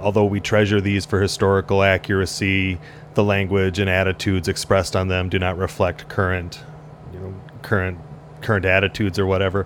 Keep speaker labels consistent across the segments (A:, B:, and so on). A: although we treasure these for historical accuracy, the language and attitudes expressed on them do not reflect current, you know, current current attitudes or whatever.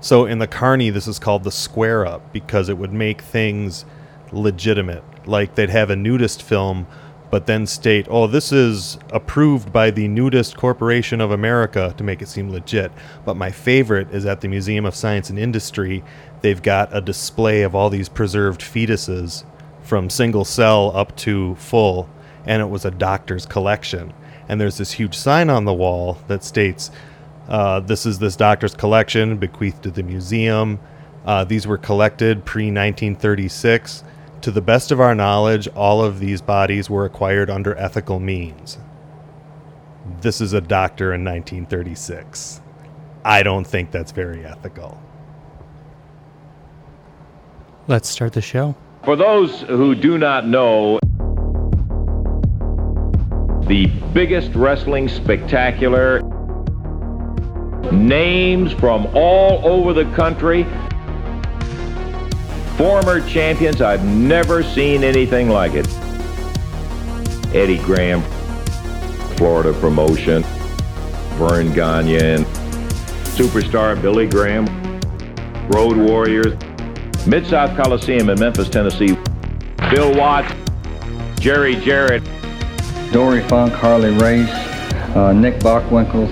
A: So in the Carney, this is called the square up because it would make things legitimate. Like they'd have a nudist film, but then state, "Oh, this is approved by the Nudist Corporation of America" to make it seem legit. But my favorite is at the Museum of Science and Industry. They've got a display of all these preserved fetuses from single cell up to full, and it was a doctor's collection. And there's this huge sign on the wall that states, uh, "This is this doctor's collection bequeathed to the museum. Uh, these were collected pre-1936. To the best of our knowledge, all of these bodies were acquired under ethical means." This is a doctor in 1936. I don't think that's very ethical.
B: Let's start the show.
C: For those who do not know, the biggest wrestling spectacular, names from all over the country, former champions, I've never seen anything like it. Eddie Graham, Florida promotion, Vern Gagne, superstar Billy Graham, Road Warriors, Mid South Coliseum in Memphis, Tennessee, Bill Watts, Jerry Jarrett,
D: Dory Funk, Harley Race, uh, Nick Bockwinkel,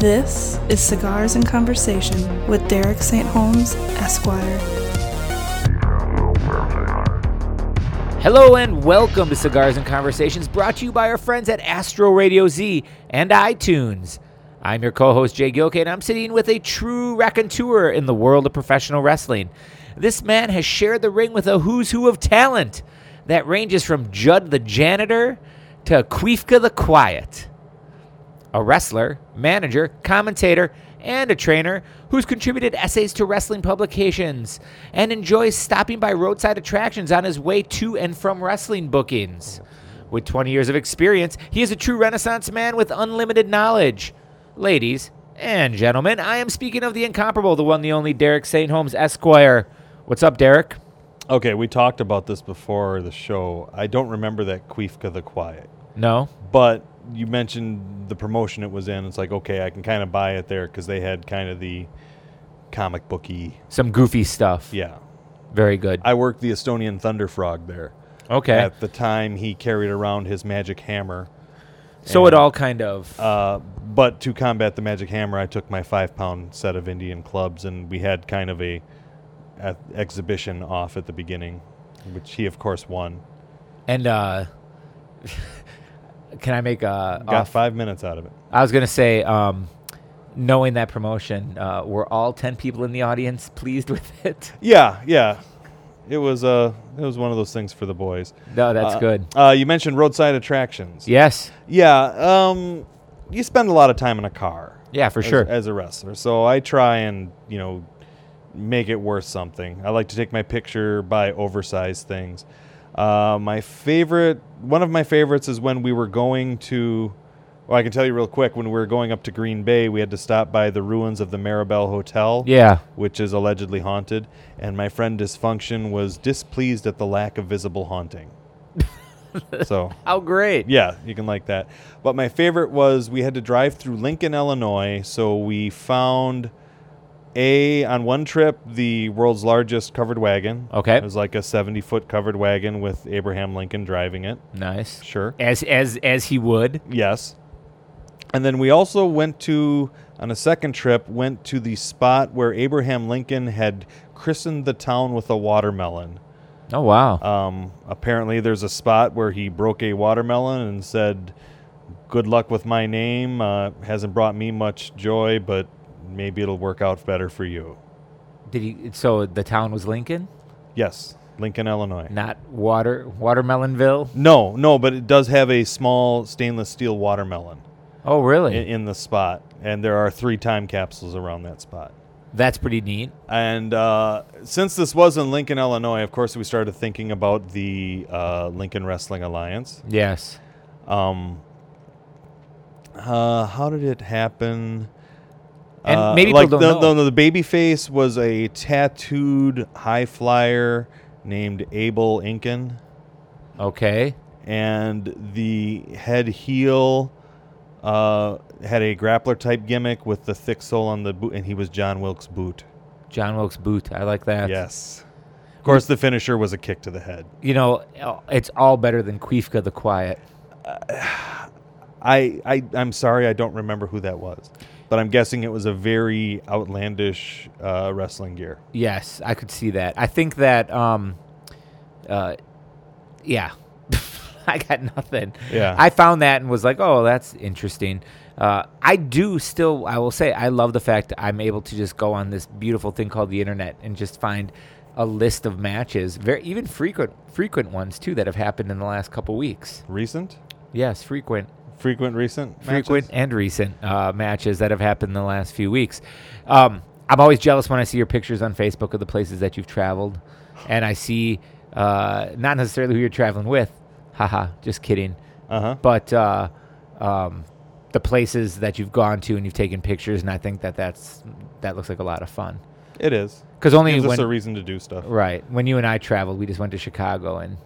E: This is Cigars and Conversation with Derek St. Holmes, Esquire.
F: Hello and welcome to Cigars and Conversations, brought to you by our friends at Astro Radio Z and iTunes. I'm your co-host Jay Gilkey, and I'm sitting with a true raconteur in the world of professional wrestling. This man has shared the ring with a who's who of talent that ranges from Judd the Janitor to Queefka the Quiet a wrestler, manager, commentator, and a trainer who's contributed essays to wrestling publications and enjoys stopping by roadside attractions on his way to and from wrestling bookings. With 20 years of experience, he is a true Renaissance man with unlimited knowledge. Ladies and gentlemen, I am speaking of the incomparable, the one, the only Derek St. Holmes Esquire. What's up, Derek?
A: Okay, we talked about this before the show. I don't remember that Queefka the Quiet,
F: No?
A: but you mentioned the promotion it was in. It's like okay, I can kind of buy it there because they had kind of the comic booky.
F: Some goofy stuff.
A: Yeah,
F: Very good.
A: I worked the Estonian Thunder Frog there.
F: okay.
A: At the time, he carried around his magic hammer.
F: so it all kind of.
A: Uh, but to combat the magic hammer, I took my five-pound set of Indian clubs, and we had kind of a, a exhibition off at the beginning, which he of course won.
F: And uh, can I make a?
A: Got five minutes out of it.
F: I was gonna say, um, knowing that promotion, uh, were all ten people in the audience pleased with it?
A: Yeah, yeah. It was uh it was one of those things for the boys.
F: No, that's
A: Uh,
F: good.
A: Uh, you mentioned roadside attractions.
F: Yes.
A: Yeah. Um, you spend a lot of time in a car.
F: Yeah, for
A: as-
F: sure.
A: As a wrestler, so I try and you know make it worth something. I like to take my picture by oversized things. Uh, my favorite, one of my favorites, is when we were going to. Well, I can tell you real quick. When we were going up to Green Bay, we had to stop by the ruins of the Maribel Hotel
F: yeah.
A: which is allegedly haunted, and my friend Dysfunction was displeased at the lack of visible haunting. so,
F: How Oh, great.
A: yeah, you can like that. But my favorite was we had to drive through Lincoln, Illinois, so we found a on one trip the world's largest covered wagon.
F: Okay.
A: It was like a 70-foot covered wagon with Abraham Lincoln driving it.
F: Nice.
A: Sure.
F: As as as he would.
A: Yes. And then we also went to on a second trip went to the spot where Abraham Lincoln had christened the town with a watermelon.
F: Oh wow.
A: Um, apparently, there's a spot where he broke a watermelon and said, "Good luck with my name. Uh, hasn't brought me much joy, but maybe it'll work out better for you."
F: Did he? So the town was Lincoln,
A: Yes, Lincoln, Illinois.
F: not Water Watermelonville.
A: No, no, but it does have a small stainless steel watermelon
F: Oh
A: i-
F: really?
A: in, the spot, and there are three time capsules around that spot.
F: that's pretty neat.
A: And uh, since this was in Lincoln, Illinois, of course, we started thinking about the uh, Lincoln Wrestling Alliance.
F: Yes.
A: Um, uh, how did it happen?
F: And
A: Uh,
F: maybe people
A: like
F: don't
A: the,
F: know.
A: The, the baby face was a tattooed high flyer named Abel Incan,
F: Okay.
A: and the head heel uh, had a grappler type gimmick with the thick sole on the boot, and he was John Wilkes Boot.
F: John Wilkes Booth. I like that.
A: yes. Of course, the finisher was a kick to the head.
F: You know, it's all better than Queefka the Quiet.
A: I, I I'm sorry, I don't remember who that was, but I'm guessing it was a very outlandish uh, wrestling gear.
F: Yes, I could see that. I think that, um, uh, yeah, I got nothing.
A: Yeah.
F: I found that and was like, oh, that's interesting. Uh, I do still, I will say, I love the fact I'm able to just go on this beautiful thing called the internet and just find a list of matches, very even frequent frequent ones too that have happened in the last couple weeks.
A: Recent,
F: Yes, frequent
A: frequent, recent,
F: frequent
A: matches?
F: and recent uh, matches that have happened in the last few weeks. Um, I'm always jealous when I see your pictures on Facebook of the places that you've traveled, and I see uh, not necessarily who you're traveling with. Haha, just kidding.
A: Uh-huh.
F: But uh, um, the places that you've gone to and you've taken pictures, and I think that that's that looks like a lot of fun.
A: It is
F: 'Cause only
A: gives us
F: when-
A: a reason to do stuff.
F: Right. When you and I traveled, we just went to Chicago and.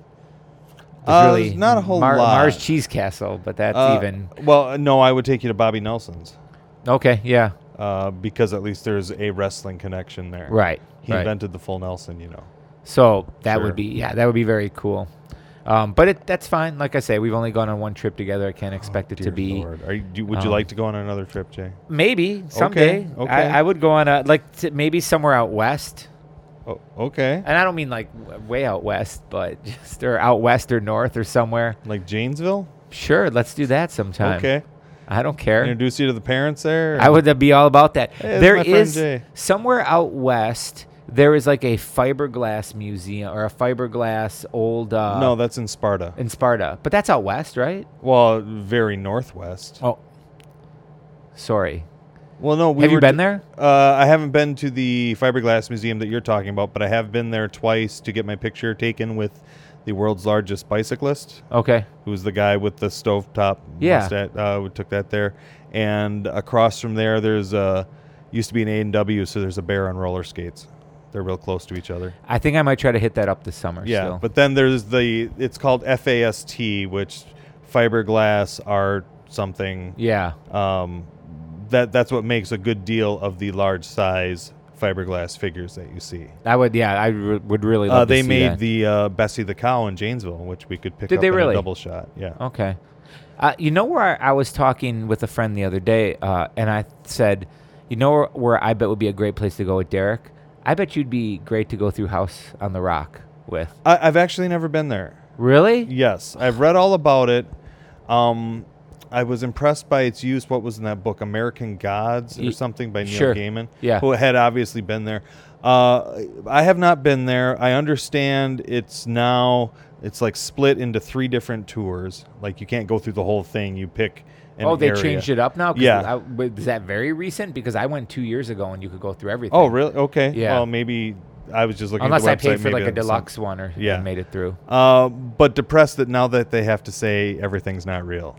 F: there's
A: Uh, there's not a whole
F: Mar-
A: lot.
F: Mars Cheese Castle, but that's
A: Uh,
F: even
A: Well, no, I would take you to Bobby Nelson's
F: okay. Yeah,
A: uh, because at least there's a wrestling connection there.
F: right.
A: He
F: right.
A: invented the full Nelson, you know.
F: So that
A: Sure.
F: would be yeah, that would be very cool. Um, but it, that's fine. Like I say, we've only gone on one trip together. I can't expect it
A: Oh,
F: to
A: Dear
F: be
A: Lord. Are you, do- would you
F: um,
A: like to go on another trip, Jay?
F: maybe someday.
A: okay.
F: I, I would go on a like to maybe somewhere out west,
A: Oh, okay.
F: and I don't mean like w- way out west, but just or out west or north or somewhere.
A: Like Janesville?
F: Sure, let's do that sometime.
A: Okay.
F: I don't care.
A: Introduce you to the parents there.
F: I would uh, be all about that.
A: Hey, it's
F: there
A: my friend
F: is
A: Jay.
F: somewhere out west. There is like a fiberglass museum or a fiberglass old uh,
A: no, that's in Sparta.
F: in Sparta, but that's out west, right?
A: Well, very northwest.
F: Oh, sorry.
A: Well, no, we
F: Have
A: were
F: you been
A: d-
F: there?
A: Uh, I haven't been to the fiberglass museum that you're talking about, but I have been there twice to get my picture taken with the world's largest bicyclist,
F: Okay.
A: who's the guy with the stovetop
F: Yeah.
A: mustache. Uh, we took that there, and across from there, there's a used to be an A and W, so there's a bear on roller skates. They're real close to each other.
F: I think I might try to hit that up this summer.
A: Yeah,
F: still.
A: but then there's the it's called FAST, which fiberglass art something.
F: yeah.
A: um, that that's what makes a good deal of the large size fiberglass figures that you see.
F: I would. Yeah, I re- would really. Love
A: Uh,
F: to
A: they
F: see
A: made
F: that.
A: the uh, Bessie the cow in Janesville, which we could pick
F: Did
A: up
F: they
A: in
F: really? Oh.
A: a double shot. Yeah.
F: Okay. Uh, you know where I, I was talking with a friend the other day, uh, and I said, you know where, where I bet would be a great place to go with Derek. I bet you'd be great to go through House on the Rock with.
A: I, I've actually never been there.
F: Really?
A: Yes, I've read all about it. Um, I was impressed by its use. What was in that book, American Gods or
F: Ye-
A: something by Neil
F: sure.
A: Gaiman?
F: Yeah.
A: who had obviously been there. Uh, I have not been there. I understand it's now it's like split into three different tours. Like you can't go through the whole thing. You pick. An
F: oh, they
A: area.
F: changed it up now. 'Cause
A: Yeah.
F: I- w- was that very recent? Because I went two years ago, and you could go through everything.
A: Oh, really? Okay.
F: Yeah.
A: Well, maybe I was just looking.
F: Unless I
A: at the website,
F: paid for
A: maybe
F: like a
A: that was
F: deluxe one or
A: Yeah.
F: and made it through.
A: some- Uh, but depressed that now that they have to say everything's not real.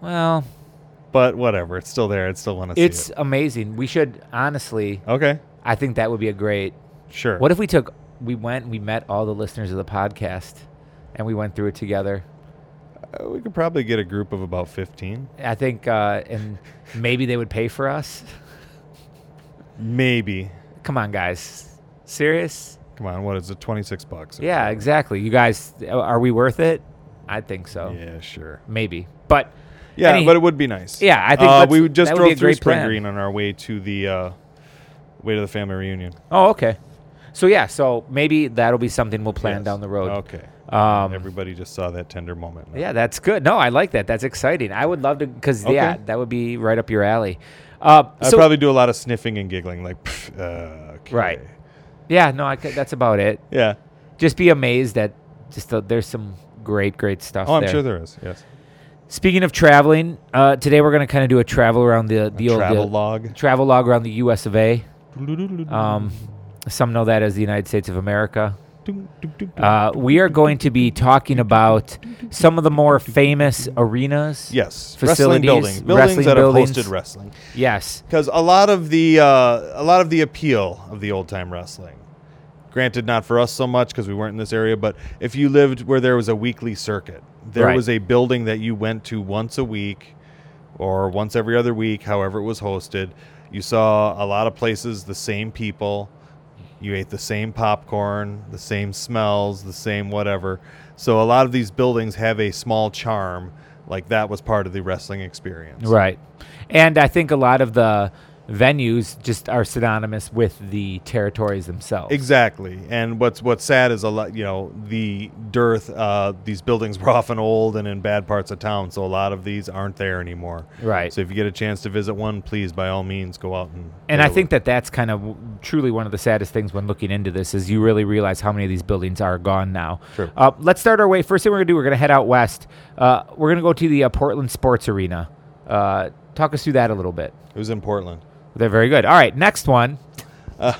F: Well,
A: But whatever, it's still there. I still want to
F: It's
A: see it.
F: amazing. We should honestly.
A: Okay.
F: I think that would be a great.
A: Sure.
F: What if we took? We went. We met all the listeners of the podcast, and we went through it together.
A: Uh, we could probably get a group of about 15.
F: I think, uh, and maybe they would pay for us.
A: Maybe.
F: Come on, guys. Serious?
A: Come on, what is it? 26 bucks. or
F: Yeah, exactly. You guys, uh, are we worth it? I think so.
A: something. Yeah, sure.
F: Maybe, but
A: Yeah,
F: Any-
A: but it would be nice.
F: Yeah, I think
A: uh,
F: let's-
A: we would just
F: that would be
A: drove
F: a
A: through
F: great
A: Spring
F: plan.
A: Green on our way to the uh, way to the family reunion.
F: oh, okay. So yeah, so maybe that'll be something we'll plan
A: Yes.
F: down the road.
A: Okay.
F: Um,
A: Everybody just saw that tender moment.
F: Yeah, that's good. No, I like that. That's exciting. I would love to because yeah,
A: Okay.
F: that would be right up your alley. Uh,
A: I
F: so-
A: probably do a lot of sniffing and giggling, like "Pff, uh, okay."
F: Right. yeah, no, I could, that's about it.
A: Yeah.
F: Just be amazed at just the, there's some great, great stuff.
A: Oh, I'm
F: there.
A: sure there is. Yes.
F: Speaking of traveling, uh, today we're gonna kind of do a travel around the the old
A: Travel
F: the-
A: log.
F: travel log around the U.S. of A. Um, some know that as the United States of America. Uh, we are going to be talking about some of the more famous arenas.
A: Yes. Wrestling
F: facilities,
A: buildings. Buildings
F: wrestling
A: that
F: buildings.
A: have hosted wrestling.
F: Yes.
A: because a lot of the uh, a lot of the appeal of the old time wrestling Granted, not for us so much because we weren't in this area, but if you lived where there was a weekly circuit, there
F: Right.
A: was a building that you went to once a week or once every other week, however it was hosted. You saw a lot of places, the same people. You ate the same popcorn, the same smells, the same whatever. So a lot of these buildings have a small charm. Like that was part of the wrestling experience.
F: Right. And I think a lot of the venues just are synonymous with the territories themselves.
A: Exactly. And what's what's sad is a lot, you know, the dearth. Uh, these buildings were often old and in bad parts of town, so a lot of these aren't there anymore.
F: Right.
A: So if you get a chance to visit one, please, by all means, go out and.
F: and
A: get
F: I
A: a
F: think
A: look.
F: that that's kind of w- truly one of the saddest things when looking into this is you really realize how many of these buildings are gone now.
A: True.
F: Uh, let's start our way. First thing we're gonna do, we're gonna head out west. Uh, we're gonna go to the uh, Portland Sports Arena. Uh, talk us through that a little bit.
A: it was in Portland.
F: They're very good. All right, next one.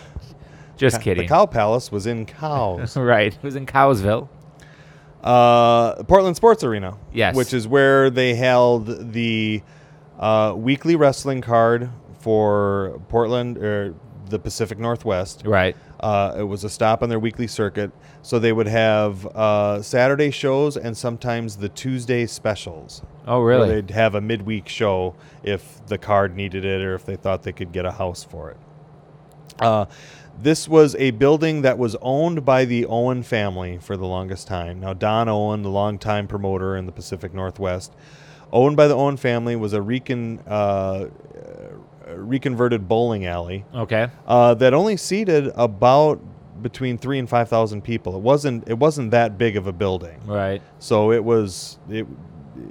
F: just kidding.
A: Uh, The Cow Palace was in Cows.
F: right. It was in Cowsville.
A: uh, Portland Sports Arena.
F: Yes.
A: Which is where they held the uh, weekly wrestling card for Portland or the Pacific Northwest.
F: Right.
A: Uh, it was a stop on their weekly circuit. So they would have uh, Saturday shows and sometimes the Tuesday specials.
F: Oh,
A: Where
F: really?
A: They'd have a midweek show if the card needed it or if they thought they could get a house for it. Uh, this was a building that was owned by the Owen family for the longest time. Now, Don Owen, the longtime promoter in the Pacific Northwest, owned by the Owen family, was a recon, uh, uh, reconverted bowling alley
F: Okay.
A: uh, that only seated about between three and five thousand people. It wasn't it wasn't that big of a building,
F: Right.
A: so it was it,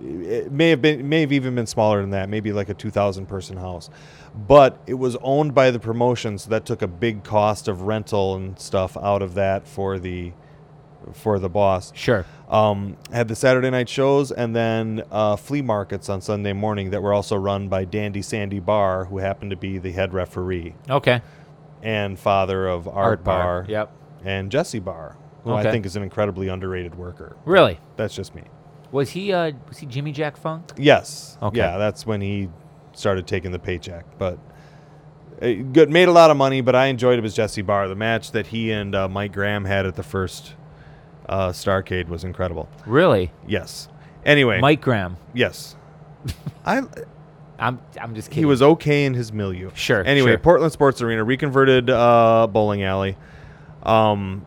A: it may have been may have even been smaller than that, maybe like a two thousand person house, but it was owned by the promotion, so that took a big cost of rental and stuff out of that for the for the boss
F: Sure.
A: um, had the Saturday night shows and then uh, flea markets on Sunday morning that were also run by Dandy Sandy Barr, who happened to be the head referee
F: Okay.
A: and father of Art, Barr,
F: Yep.
A: and Jesse Barr, who
F: Okay.
A: I think is an incredibly underrated worker.
F: Really?
A: That's just me.
F: Was he uh was he Jimmy Jack Funk?
A: Yes.
F: Okay.
A: Yeah, that's when he started taking the paycheck, but it good made a lot of money. But I enjoyed it was Jesse Barr. The match that he and uh, Mike Graham had at the first uh, Starcade was incredible.
F: Really?
A: Yes. Anyway,
F: Mike Graham.
A: Yes. I
F: I'm I'm just kidding.
A: he was okay in his milieu.
F: Sure,
A: Anyway,
F: sure.
A: Portland Sports Arena reconverted uh, bowling alley. Um,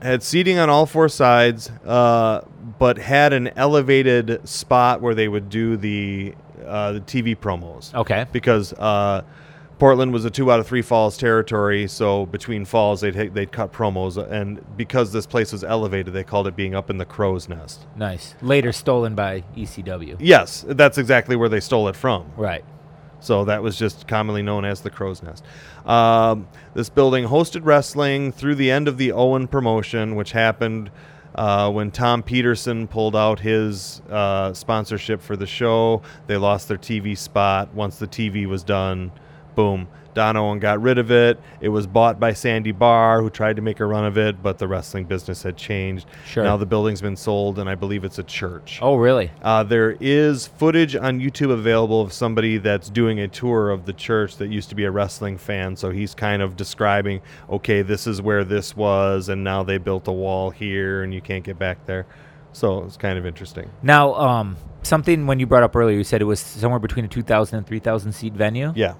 A: had seating on all four sides, uh, but had an elevated spot where they would do the uh, the TV promos
F: Okay.
A: because uh, Portland was a two out of three falls territory. So between falls, they'd hit- they'd cut promos, and because this place was elevated, they called it being up in the crow's nest.
F: Nice. Later stolen by ECW.
A: Yes, that's exactly where they stole it from.
F: Right.
A: So that was just commonly known as the Crow's Nest. Um, this building hosted wrestling through the end of the Owen promotion, which happened uh, when Tom Peterson pulled out his uh, sponsorship for the show. They lost their TV spot. Once the TV was done, boom, Don Owen got rid of it. It was bought by Sandy Barr, who tried to make a run of it, but the wrestling business had changed.
F: Sure.
A: Now the building's been sold, and I believe it's a church.
F: Oh really?
A: Uh, there is footage on YouTube available of somebody that's doing a tour of the church that used to be a wrestling fan. So he's kind of describing, okay, this is where this was, and now they built a wall here, and you can't get back there. So it's kind of interesting.
F: Now um something when you brought up earlier you said it was somewhere between a 2000 and 3000 seat venue.
A: Yeah,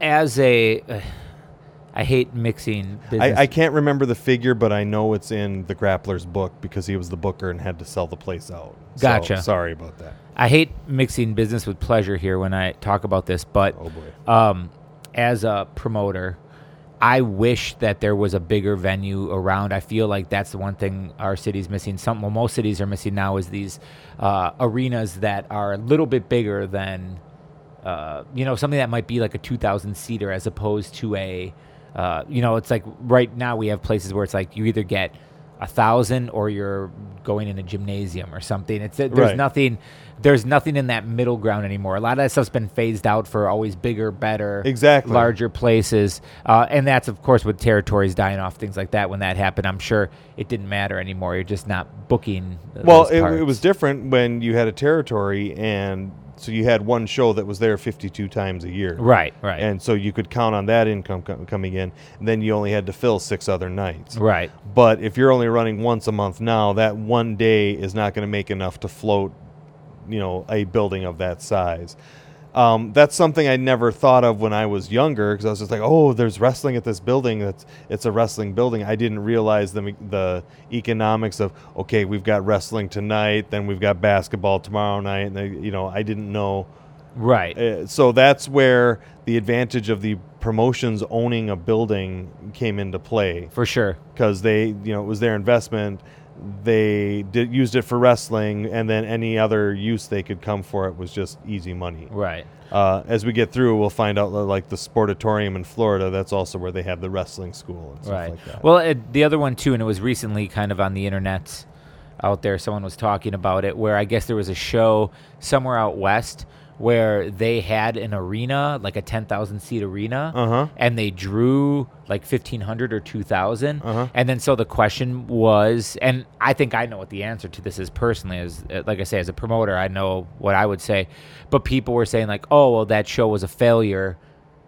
F: As a uh, I hate mixing business.
A: I, I can't remember the figure, but I know it's in the Grappler's book because he was the booker and had to sell the place out. So,
F: Gotcha.
A: sorry about that.
F: I hate mixing business with pleasure here when I talk about this, but
A: Oh boy.
F: um, as a promoter, I wish that there was a bigger venue around. I feel like that's the one thing our city's missing. Some well, most cities are missing now is these uh, arenas that are a little bit bigger than uh, you know something that might be like a two thousand seater as opposed to a uh, you know it's like right now we have places where it's like you either get a thousand or you're going in a gymnasium or something. It's there's
A: Right.
F: nothing nothing there's nothing in that middle ground anymore. A lot of that stuff's been phased out for always bigger, better,
A: Exactly.
F: larger places, uh, and that's of course with territories dying off, things like that. When that happened, I'm sure it didn't matter anymore. You're just not booking. th-
A: Well,
F: those
A: it,
F: parts.
A: it was different when you had a territory and So you had one show that was there 52 times a year.
F: Right, right,
A: And so you could count on that income co- coming in. And then you only had to fill six other nights.
F: right.
A: But if you're only running once a month now, that one day is not going to make enough to float, you know, a building of that size. Um, that's something I never thought of when I was younger because I was just like, oh, there's wrestling at this building. That's it's a wrestling building. I didn't realize the the economics of okay, we've got wrestling tonight, then we've got basketball tomorrow night, and they, you know, I didn't know
F: Right.
A: uh, so that's where the advantage of the promotions owning a building came into play
F: For sure.
A: because they you know it was their investment they did, used it for wrestling and then any other use they could come for it was just easy money
F: Right.
A: uh, as we get through we'll find out li- like the sportatorium in florida that's also where they have the wrestling school and stuff
F: Right.
A: like that
F: Well, it, the other one too, and it was recently kind of on the internet out there. Someone was talking about it, where I guess there was a show somewhere out west where they had an arena, like a ten thousand seat arena,
A: Uh-huh.
F: and they drew like fifteen hundred or two
A: Uh-huh.
F: and then so the question was, and I think I know what the answer to this is personally. As uh, like I say, as a promoter, I know what I would say, but people were saying like, oh, well, that show was a failure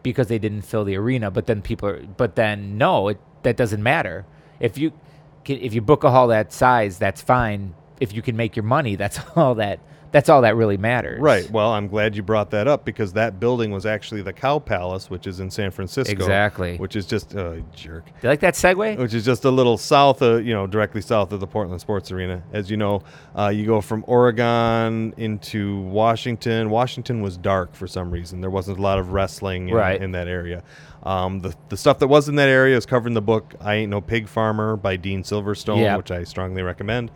F: because they didn't fill the arena. But then people are, but then no, it, that doesn't matter. If you can, if you book a hall that size, that's fine. If you can make your money, that's all that that's all that really matters.
A: right well i'm glad you brought that up because that building was actually the cow palace which is in san francisco
F: Exactly.
A: which is just a jerk
F: Do you like that segue?
A: which is just a little south of you know directly south of the Portland Sports Arena. As you know, uh, you go from Oregon into Washington. Washington was dark for some reason. There wasn't a lot of wrestling in,
F: Right.
A: in that area. Um, the the stuff that was in that area is covered in the book "I Ain't No Pig Farmer" by Dean Silverstone,
F: Yeah.
A: which I strongly recommend.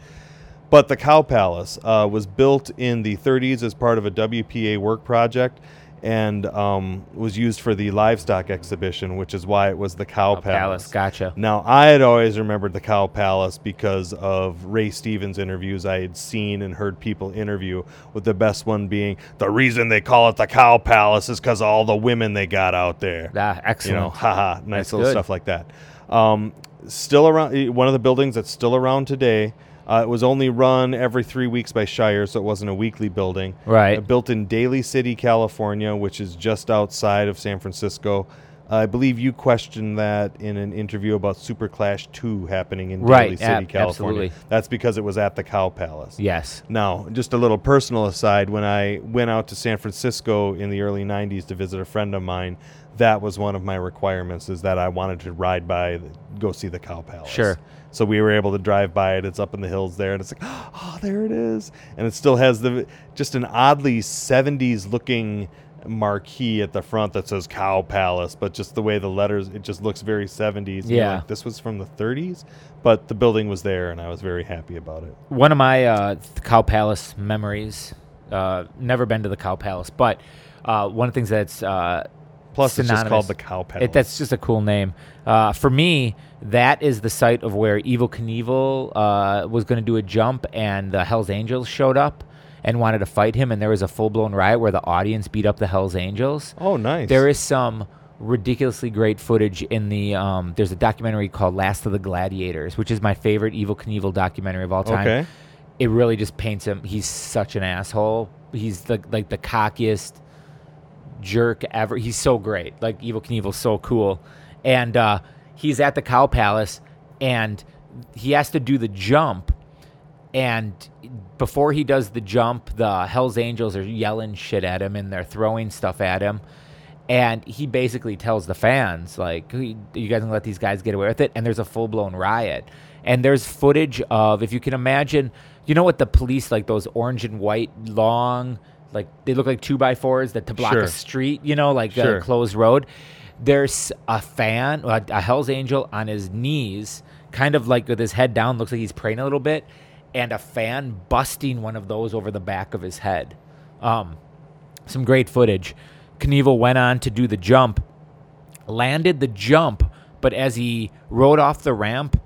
A: But the Cow Palace uh, was built in the 30s as part of a WPA work project and um, was used for the livestock exhibition, which is why it was the Cow
F: Oh, Palace. Gotcha.
A: now, I had always remembered the Cow Palace because of Ray Stevens interviews I had seen and heard people interview, with the best one being the reason they call it the Cow Palace is because all the women they got out there. you
F: Ah,
A: know,
F: excellent.
A: haha, nice
F: That's
A: little
F: good.
A: stuff like that. Um, still around, eh, one of the buildings that's still around today. Uh, it was only run every three weeks by Shire, so it wasn't a weekly building.
F: Right.
A: Uh, built in Daly City, California, which is just outside of San Francisco. I believe you questioned that in an interview about Super Clash 2 happening in
F: Right,
A: Daly City,
F: ab-
A: California.
F: absolutely.
A: That's because it was at the Cow Palace.
F: Yes.
A: Now, just a little personal aside, when I went out to San Francisco in the early 90s to visit a friend of mine, that was one of my requirements is that I wanted to ride by, the, go see the Cow Palace.
F: Sure.
A: So we were able to drive by it. It's up in the hills there, and it's like, oh, there it is. And it still has the just an oddly 70s looking marquee at the front that says Cow Palace, but just the way the letters, it just looks very 70s. And you're
F: Yeah.
A: like, this was from the 30s, but the building was there, and I was very happy about it.
F: one of my uh, th- Cow Palace memories. Uh, never been to the Cow Palace, but uh, one of the things that's uh,
A: Plus, it's just
F: synonymous-
A: called the Cow Palace.
F: It, that's just a cool name. Uh, for me, that is the site of where Evil Knievel uh, was going to do a jump, and the Hell's Angels showed up and wanted to fight him, and there was a full blown riot where the audience beat up the Hell's Angels.
A: Oh, nice.
F: There is some ridiculously great footage in the. Um, there's a documentary called Last of the Gladiators, which is my favorite Evil Knievel documentary of all time.
A: Okay.
F: It really just paints him. He's such an asshole. He's the like the cockiest jerk ever. He's so great. Like Evil Knievel's so cool. And uh, he's at the Cow Palace and he has to do the jump. And before he does the jump, the Hells Angels are yelling shit at him and they're throwing stuff at him. And he basically tells the fans, like, "Who- you guys gonna let these guys get away with it? And there's a full blown riot. And there's footage of, if you can imagine, you know what the police, like those orange and white, long, like they look like two by fours that to block
A: Sure.
F: a street, you know, like
A: Sure.
F: a closed road. There's a fan, a, a Hell's Angel on his knees, kind of like with his head down, looks like he's praying a little bit, and a fan busting one of those over the back of his head. Um, some great footage. Knievel went on to do the jump, landed the jump, but as he rode off the ramp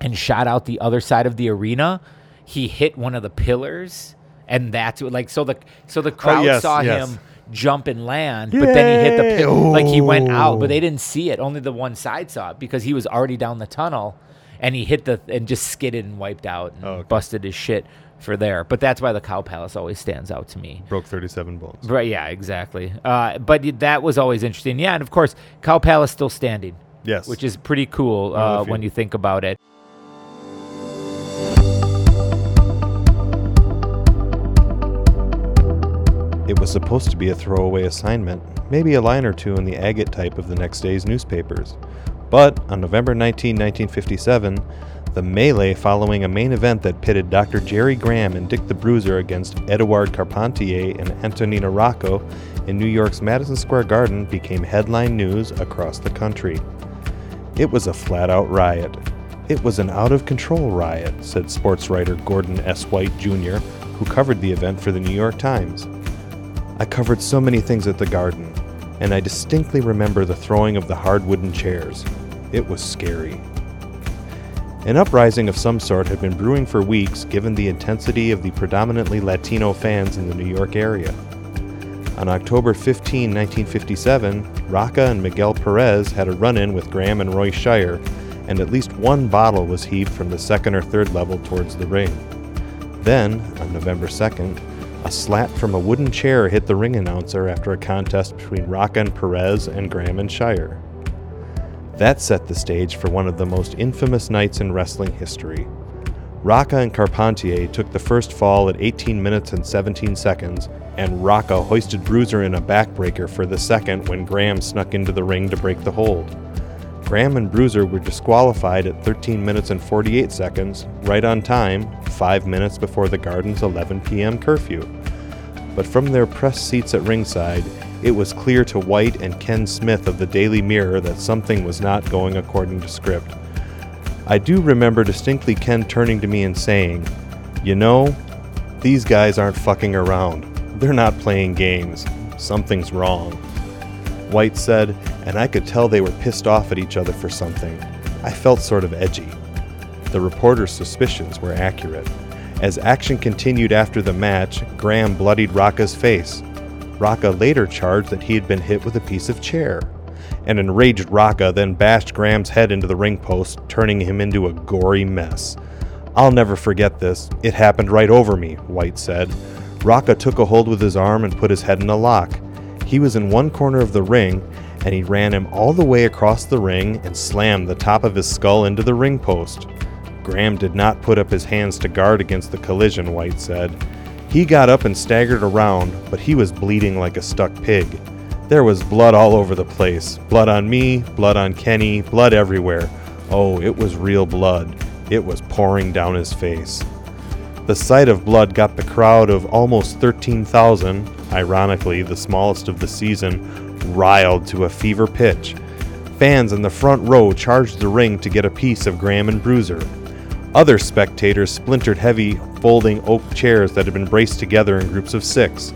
F: and shot out the other side of the arena, he hit one of the pillars, and that's what, like so the so the crowd
A: Oh, yes,
F: saw
A: yes.
F: him jump and land, but then he hit the
A: Yay!
F: pill. Like he went out, but
A: Ooh.
F: they didn't see it. Only the one side saw it because he was already down the tunnel, and he hit the and just skidded and wiped out and
A: Oh, okay.
F: busted his shit. for there. But that's why the Cow Palace always stands out to me.
A: Broke 37 bones.
F: Right? Yeah, exactly. Uh, but y- that was always interesting. Yeah, and of course, Cow Palace still standing,
A: Yes.
F: which is pretty cool
A: One of the
F: uh,
A: few.
F: when you think about it.
A: It was supposed to be a throwaway assignment, maybe a line or two in the agate type of the next day's newspapers. But on November 19, 1957, the melee following a main event that pitted Dr. Jerry Graham and Dick the Bruiser against Edouard Carpentier and Antonina Rocco in New York's Madison Square Garden became headline news across the country. It was a flat out riot. It was an out of control riot, said sports writer Gordon S. White Jr., who covered the event for the New York Times. I covered so many things at the garden, and I distinctly remember the throwing of the hard wooden chairs. It was scary. An uprising of some sort had been brewing for weeks given the intensity of the predominantly Latino fans in the New York area. On October 15, 1957, Rocca and Miguel Perez had a run in with Graham and Roy Shire, and at least one bottle was heaved from the second or third level towards the ring. Then, on November 2nd, a slat from a wooden chair hit the ring announcer after a contest between Rocca and Perez and Graham and Shire. That set the stage for one of the most infamous nights in wrestling history. Rocca and Carpentier took the first fall at 18 minutes and 17 seconds, and Rocca hoisted Bruiser in a backbreaker for the second when Graham snuck into the ring to break the hold. Graham and Bruiser were disqualified at 13 minutes and 48 seconds, right on time, five minutes before the Garden's 11 p.m. curfew. But from their press seats at ringside, it was clear to White and Ken Smith of the Daily Mirror that something was not going according to script. I do remember distinctly Ken turning to me and saying, You know, these guys aren't fucking around. They're not playing games. Something's wrong. White said, and I could tell they were pissed off at each other for something. I felt sort of edgy. The reporter's suspicions were accurate. As action continued after the match, Graham bloodied Rocca's face. Rocca later charged that he had been hit with a piece of chair. An enraged Rocca then bashed Graham's head into the ring post, turning him into a gory mess. I'll never forget this. It happened right over me, White said. Rocca took a hold with his arm and put his head in a lock. He was in one corner of the ring, and he ran him all the way across the ring and slammed the top of his skull into the ring post. Graham did not put up his hands to guard against the collision, White said. He got up and staggered around, but he was bleeding like a stuck pig. There was blood all over the place blood on me, blood on Kenny, blood everywhere. Oh, it was real blood. It was pouring down his face. The sight of blood got the crowd of almost 13,000, ironically the smallest of the season, riled to a fever pitch. Fans in the front row charged the ring to get a piece of Graham and Bruiser. Other spectators splintered heavy, folding oak chairs that had been braced together in groups of six.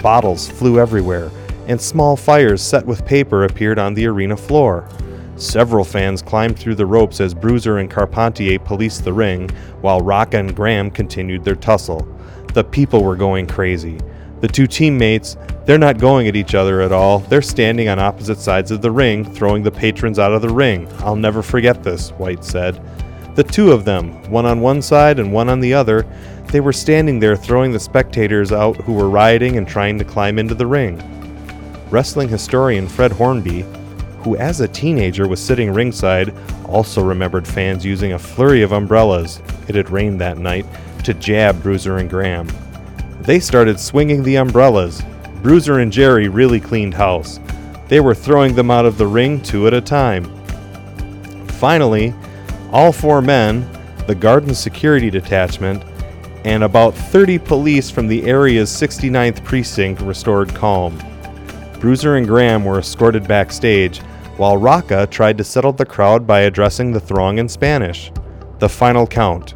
A: Bottles flew everywhere, and small fires set with paper appeared on the arena floor. Several fans climbed through the ropes as Bruiser and Carpentier policed the ring, while Rock and Graham continued their tussle. The people were going crazy. The two teammates, they're not going at each other at all. They're standing on opposite sides of the ring, throwing the patrons out of the ring. I'll never forget this, White said. The two of them, one on one side and one on the other, they were standing there throwing the spectators out who were rioting and trying to climb into the ring wrestling historian Fred Hornby, who as a teenager was sitting ringside, also remembered fans using a flurry of umbrellas, it had rained that night, to jab Bruiser and Graham. They started swinging the umbrellas. Bruiser and Jerry really cleaned house. They were throwing them out of the ring two at a time. Finally, all four men, the garden security detachment, and about 30 police from the area's 69th precinct restored calm. Bruiser and Graham were escorted backstage, while Rocca tried to settle the crowd by addressing the throng in Spanish. The final count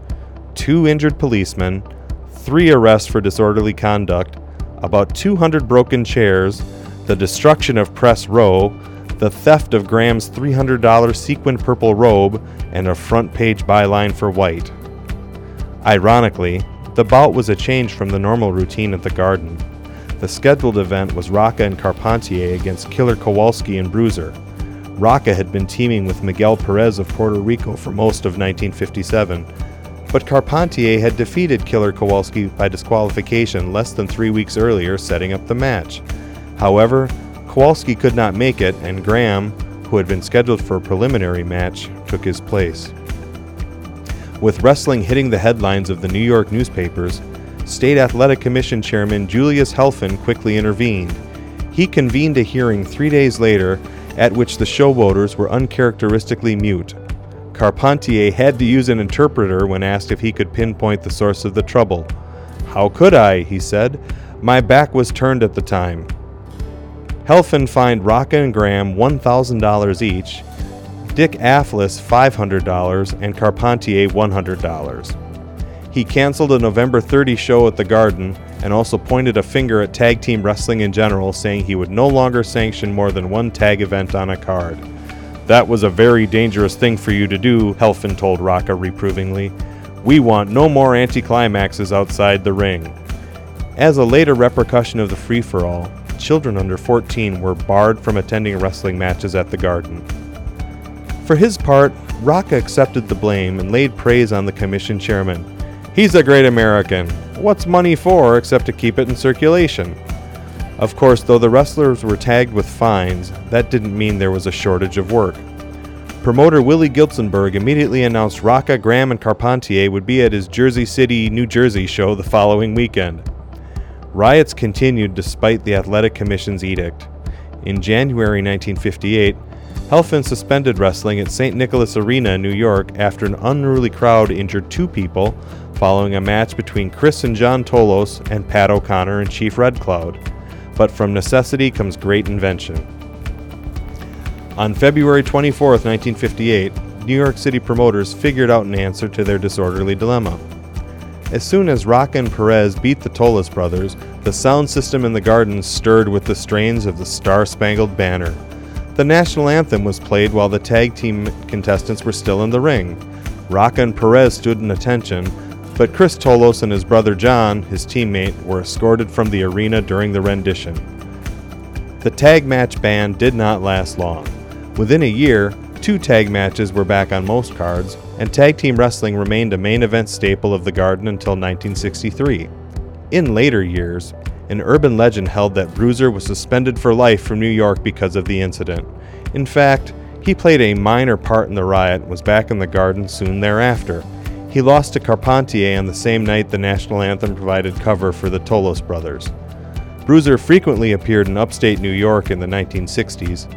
A: two injured policemen, three arrests for disorderly conduct, about 200 broken chairs, the destruction of Press Row, the theft of Graham's $300 sequin purple robe, and a front page byline for White. Ironically, the bout was a change from the normal routine at the Garden. The scheduled event was Rocca and Carpentier against Killer Kowalski and Bruiser. Rocca had been teaming with Miguel Perez of Puerto Rico for most of 1957. But Carpentier had defeated Killer Kowalski by disqualification less than three weeks earlier, setting up the match. However, Kowalski could not make it, and Graham, who had been scheduled for a preliminary match, took his place. With wrestling hitting the headlines of the New York newspapers, State Athletic Commission Chairman Julius Helfand quickly intervened. He convened a hearing three days later at which the showboaters were uncharacteristically mute. Carpentier had to use an interpreter when asked if he could pinpoint the source of the trouble. How could I? he said. My back was turned at the time. Helfand fined Rocca and Graham $1,000 each, Dick Afflis $500, and Carpentier $100. He canceled a November 30 show at the Garden and also pointed a finger at tag team wrestling in general, saying he would no longer sanction more than one tag event on a card. That was a very dangerous thing for you to do, Helfand told Rocca reprovingly. We want no more anticlimaxes outside the ring. As a later repercussion of the free for all, children under 14 were barred from attending wrestling matches at the Garden. For his part, Rocca accepted the blame and laid praise on the commission chairman. He's a great American. What's money for except to keep it in circulation? Of course, though the wrestlers were tagged with fines, that didn't mean there was a shortage of work. Promoter Willie Giltzenberg immediately announced Rocca, Graham, and Carpentier would be at his Jersey City, New Jersey show the following weekend. Riots continued despite the Athletic Commission's edict. In January 1958, Helfand suspended wrestling at St. Nicholas Arena in New York after an unruly crowd injured two people following a match between Chris and John Tolos and Pat O'Connor and Chief Red Cloud but from necessity comes great invention. On February 24, 1958, New York City promoters figured out an answer to their disorderly dilemma. As soon as Rock and Perez beat the Tolas brothers, the sound system in the garden stirred with the strains of the Star Spangled Banner. The national anthem was played while the tag team contestants were still in the ring. Rock and Perez stood in attention, but Chris Tolos and his brother John, his teammate, were escorted from the arena during the rendition. The tag match ban did not last long. Within a year, two tag matches were back on most cards, and tag team wrestling remained a main event staple of the Garden until 1963. In later years, an urban legend held that Bruiser was suspended for life from New York because of the incident. In fact, he played a minor part in the riot and was back in the Garden soon thereafter. He lost to Carpentier on the same night the national anthem provided cover for the Tolos brothers. Bruiser frequently appeared in upstate New York in the 1960s,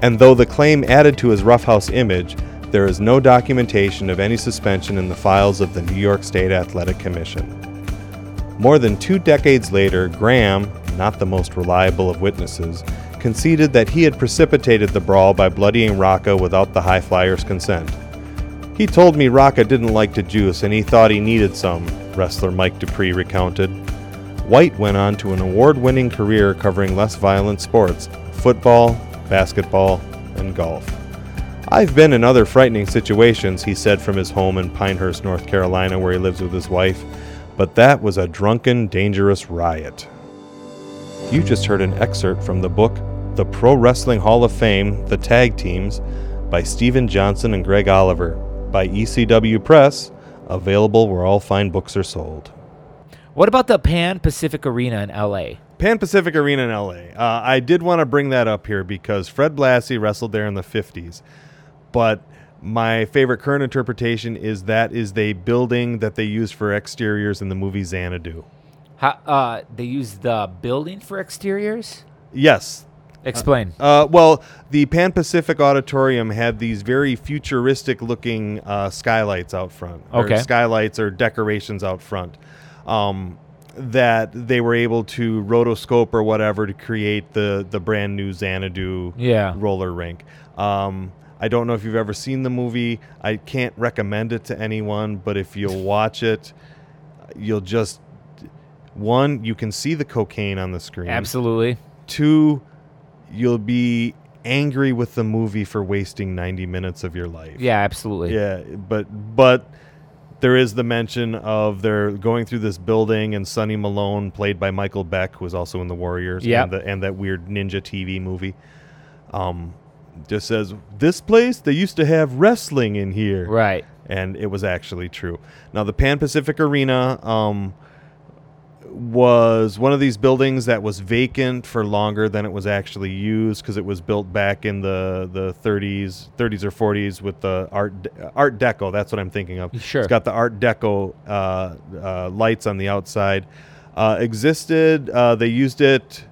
A: and though the claim added to his roughhouse image, there is no documentation of any suspension in the files of the New York State Athletic Commission. More than two decades later, Graham, not the most reliable of witnesses, conceded that he had precipitated the brawl by bloodying Rocco without the High Flyer's consent. He told me Rocca didn't like to juice and he thought he needed some, wrestler Mike Dupree recounted. White went on to an award winning career covering less violent sports football, basketball, and golf. I've been in other frightening situations, he said from his home in Pinehurst, North Carolina, where he lives with his wife, but that was a drunken, dangerous riot. You just heard an excerpt from the book The Pro Wrestling Hall of Fame The Tag Teams by Stephen Johnson and Greg Oliver by ECW Press, available where all fine books are sold.
F: What about the Pan Pacific Arena in LA?
A: Pan Pacific Arena in LA. Uh, I did want to bring that up here because Fred Blassie wrestled there in the 50s. But my favorite current interpretation is that is the building that they used for exteriors in the movie Xanadu.
F: How, uh, they use the building for exteriors?
A: Yes,
F: Explain.
A: Uh, well, the Pan Pacific Auditorium had these very futuristic looking uh, skylights out front. or
F: Okay.
A: Skylights or decorations out front. Um, that they were able to rotoscope or whatever to create the, the brand new Xanadu
F: Yeah.
A: roller rink. Um, I don't know if you've ever seen the movie. I can't recommend it to anyone, but if you'll watch it, you'll just. One, you can see the cocaine on the screen.
F: Absolutely.
A: Two, you'll be angry with the movie for wasting 90 minutes of your life.
F: Yeah, absolutely.
A: Yeah, but but there is the mention of they're going through this building and Sonny Malone played by Michael Beck who was also in the Warriors
F: Yep.
A: and, the, and that weird ninja TV movie. Um just says this place they used to have wrestling in here.
F: Right.
A: and it was actually true. Now, the Pan Pacific Arena um, was one of these buildings that was vacant for longer than it was actually used because it was built back in the, the 30s, 30s or 40s with the Art De- uh, Art Deco. That's what I'm thinking of.
F: Sure.
A: It's got the Art Deco uh, uh, lights on the outside. Uh, existed. Uh, they used it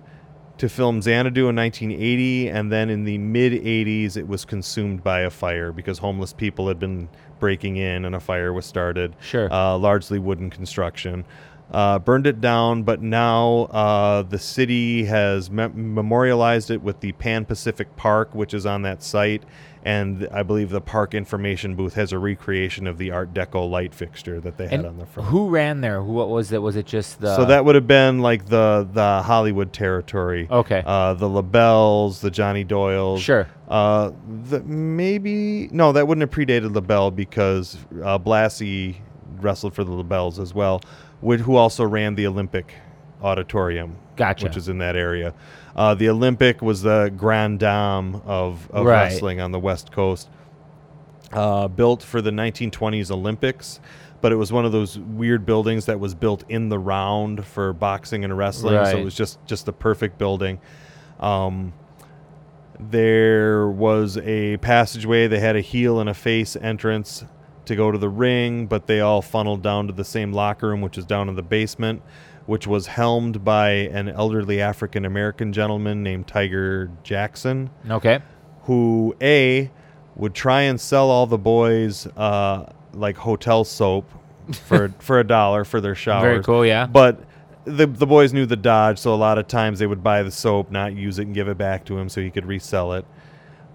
A: to film Xanadu in 1980, and then in the mid 80s, it was consumed by a fire because homeless people had been breaking in and a fire was started.
F: Sure.
A: Uh, largely wooden construction. Uh, burned it down, but now uh, the city has mem- memorialized it with the Pan Pacific Park, which is on that site. And I believe the park information booth has a recreation of the Art Deco light fixture that they had on the
F: And
A: front.
F: who uh, ran there? Who, what was it? Was it just the?
A: So that would have been like the the Hollywood territory.
F: Okay.
A: Uh, the LaBelle's, the Johnny Doyle's.
F: Sure.
A: Uh, the, maybe no, that wouldn't have predated LaBelle because uh, Blassie wrestled for the LaBelle's as well, which, who also ran the Olympic Auditorium.
F: Gotcha.
A: Which is in that area. Uh, the Olympic was the grand dame of, of
F: Right.
A: wrestling on the West Coast uh, built for the 1920s Olympics, but it was one of those weird buildings that was built in the round for boxing and wrestling. So
F: Right.
A: it was just just the perfect building. Um, there was a passageway. They had a heel and a face entrance to go to the ring, but they all funneled down to the same locker room, which is down in the basement, which was helmed by an elderly African American gentleman named Tiger Jackson
F: okay.
A: who a would try and sell all the boys uh, like hotel soap for for a dollar for their showers.
F: Very cool, yeah.
A: But the the boys knew the dodge, so a lot of times they would buy the soap, not use it, and give it back to him so he could resell it.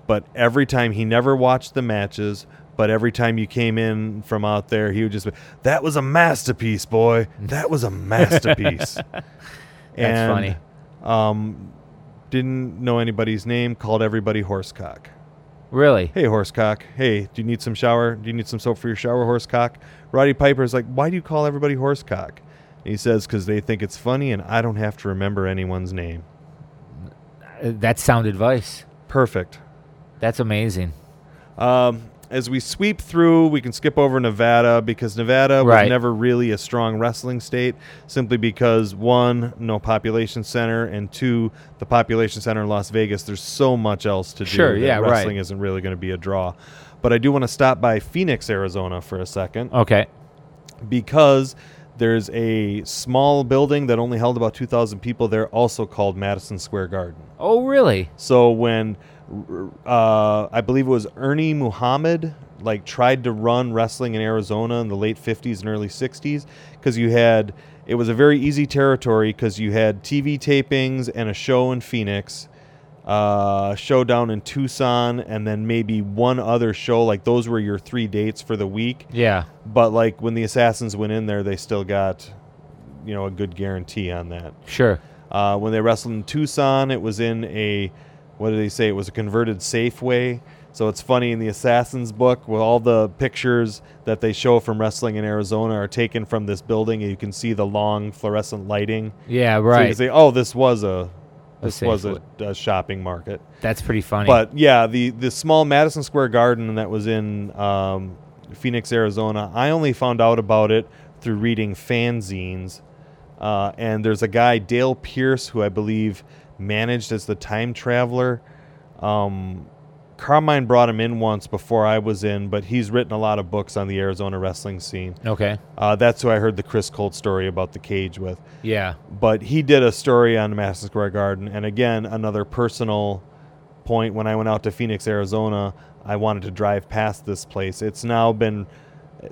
A: But every time he never watched the matches. But every time you came in from out there, he would just be, that was a masterpiece, boy. That was a masterpiece. That's
F: That's funny.
A: Um, didn't know anybody's name. Called everybody horsecock.
F: Really?
A: Hey, horsecock. Hey, do you need some shower? Do you need some soap for your shower, horsecock? Roddy Piper's like, why do you call everybody horsecock? And he says, because they think it's funny and I don't have to remember anyone's name.
F: Uh, That's sound advice.
A: Perfect.
F: That's amazing.
A: Um, as we sweep through, we can skip over Nevada because Nevada
F: Right.
A: was never really a strong wrestling state simply because one, no population center, and two, the population center in Las Vegas, there's so much else to
F: Sure,
A: do. that
F: yeah, right.
A: Wrestling isn't really going to be a draw. But I do want to stop by Phoenix, Arizona for a second.
F: Okay.
A: because there's a small building that only held about 2,000 people there, also called Madison Square Garden.
F: Oh, really?
A: So when uh, I believe it was Ernie Muhammad like tried to run wrestling in Arizona in the late 50s and early 60s because you had it was a very easy territory because you had TV tapings and a show in Phoenix, uh, show down in Tucson, and then maybe one other show. Like those were your three dates for the week
F: Yeah.
A: but like when the assassins went in there they still got you know a good guarantee on that
F: Sure.
A: uh, when they wrestled in tucson it was in a what did they say it was a converted safeway so it's funny in the assassins book with all the pictures that they show from wrestling in arizona are taken from this building and you can see the long fluorescent lighting
F: Yeah.
A: so you
F: Right.
A: can say oh this was a
F: A
A: this was
F: Safeway.
A: a, a shopping market
F: That's pretty funny.
A: but yeah, the the small Madison Square Garden that was in um, Phoenix, Arizona. I only found out about it through reading fanzines. Uh, and there's a guy Dale Pierce who I believe managed as the time traveler. Um, Carmine brought him in once before I was in, but he's written a lot of books on the Arizona wrestling scene.
F: okay.
A: Uh, that's who I heard the Chris Colt story about the cage with
F: Yeah.
A: but he did a story on Madison Square Garden, and again, another personal point. When I went out to Phoenix, Arizona, I wanted to drive past this place. It's now been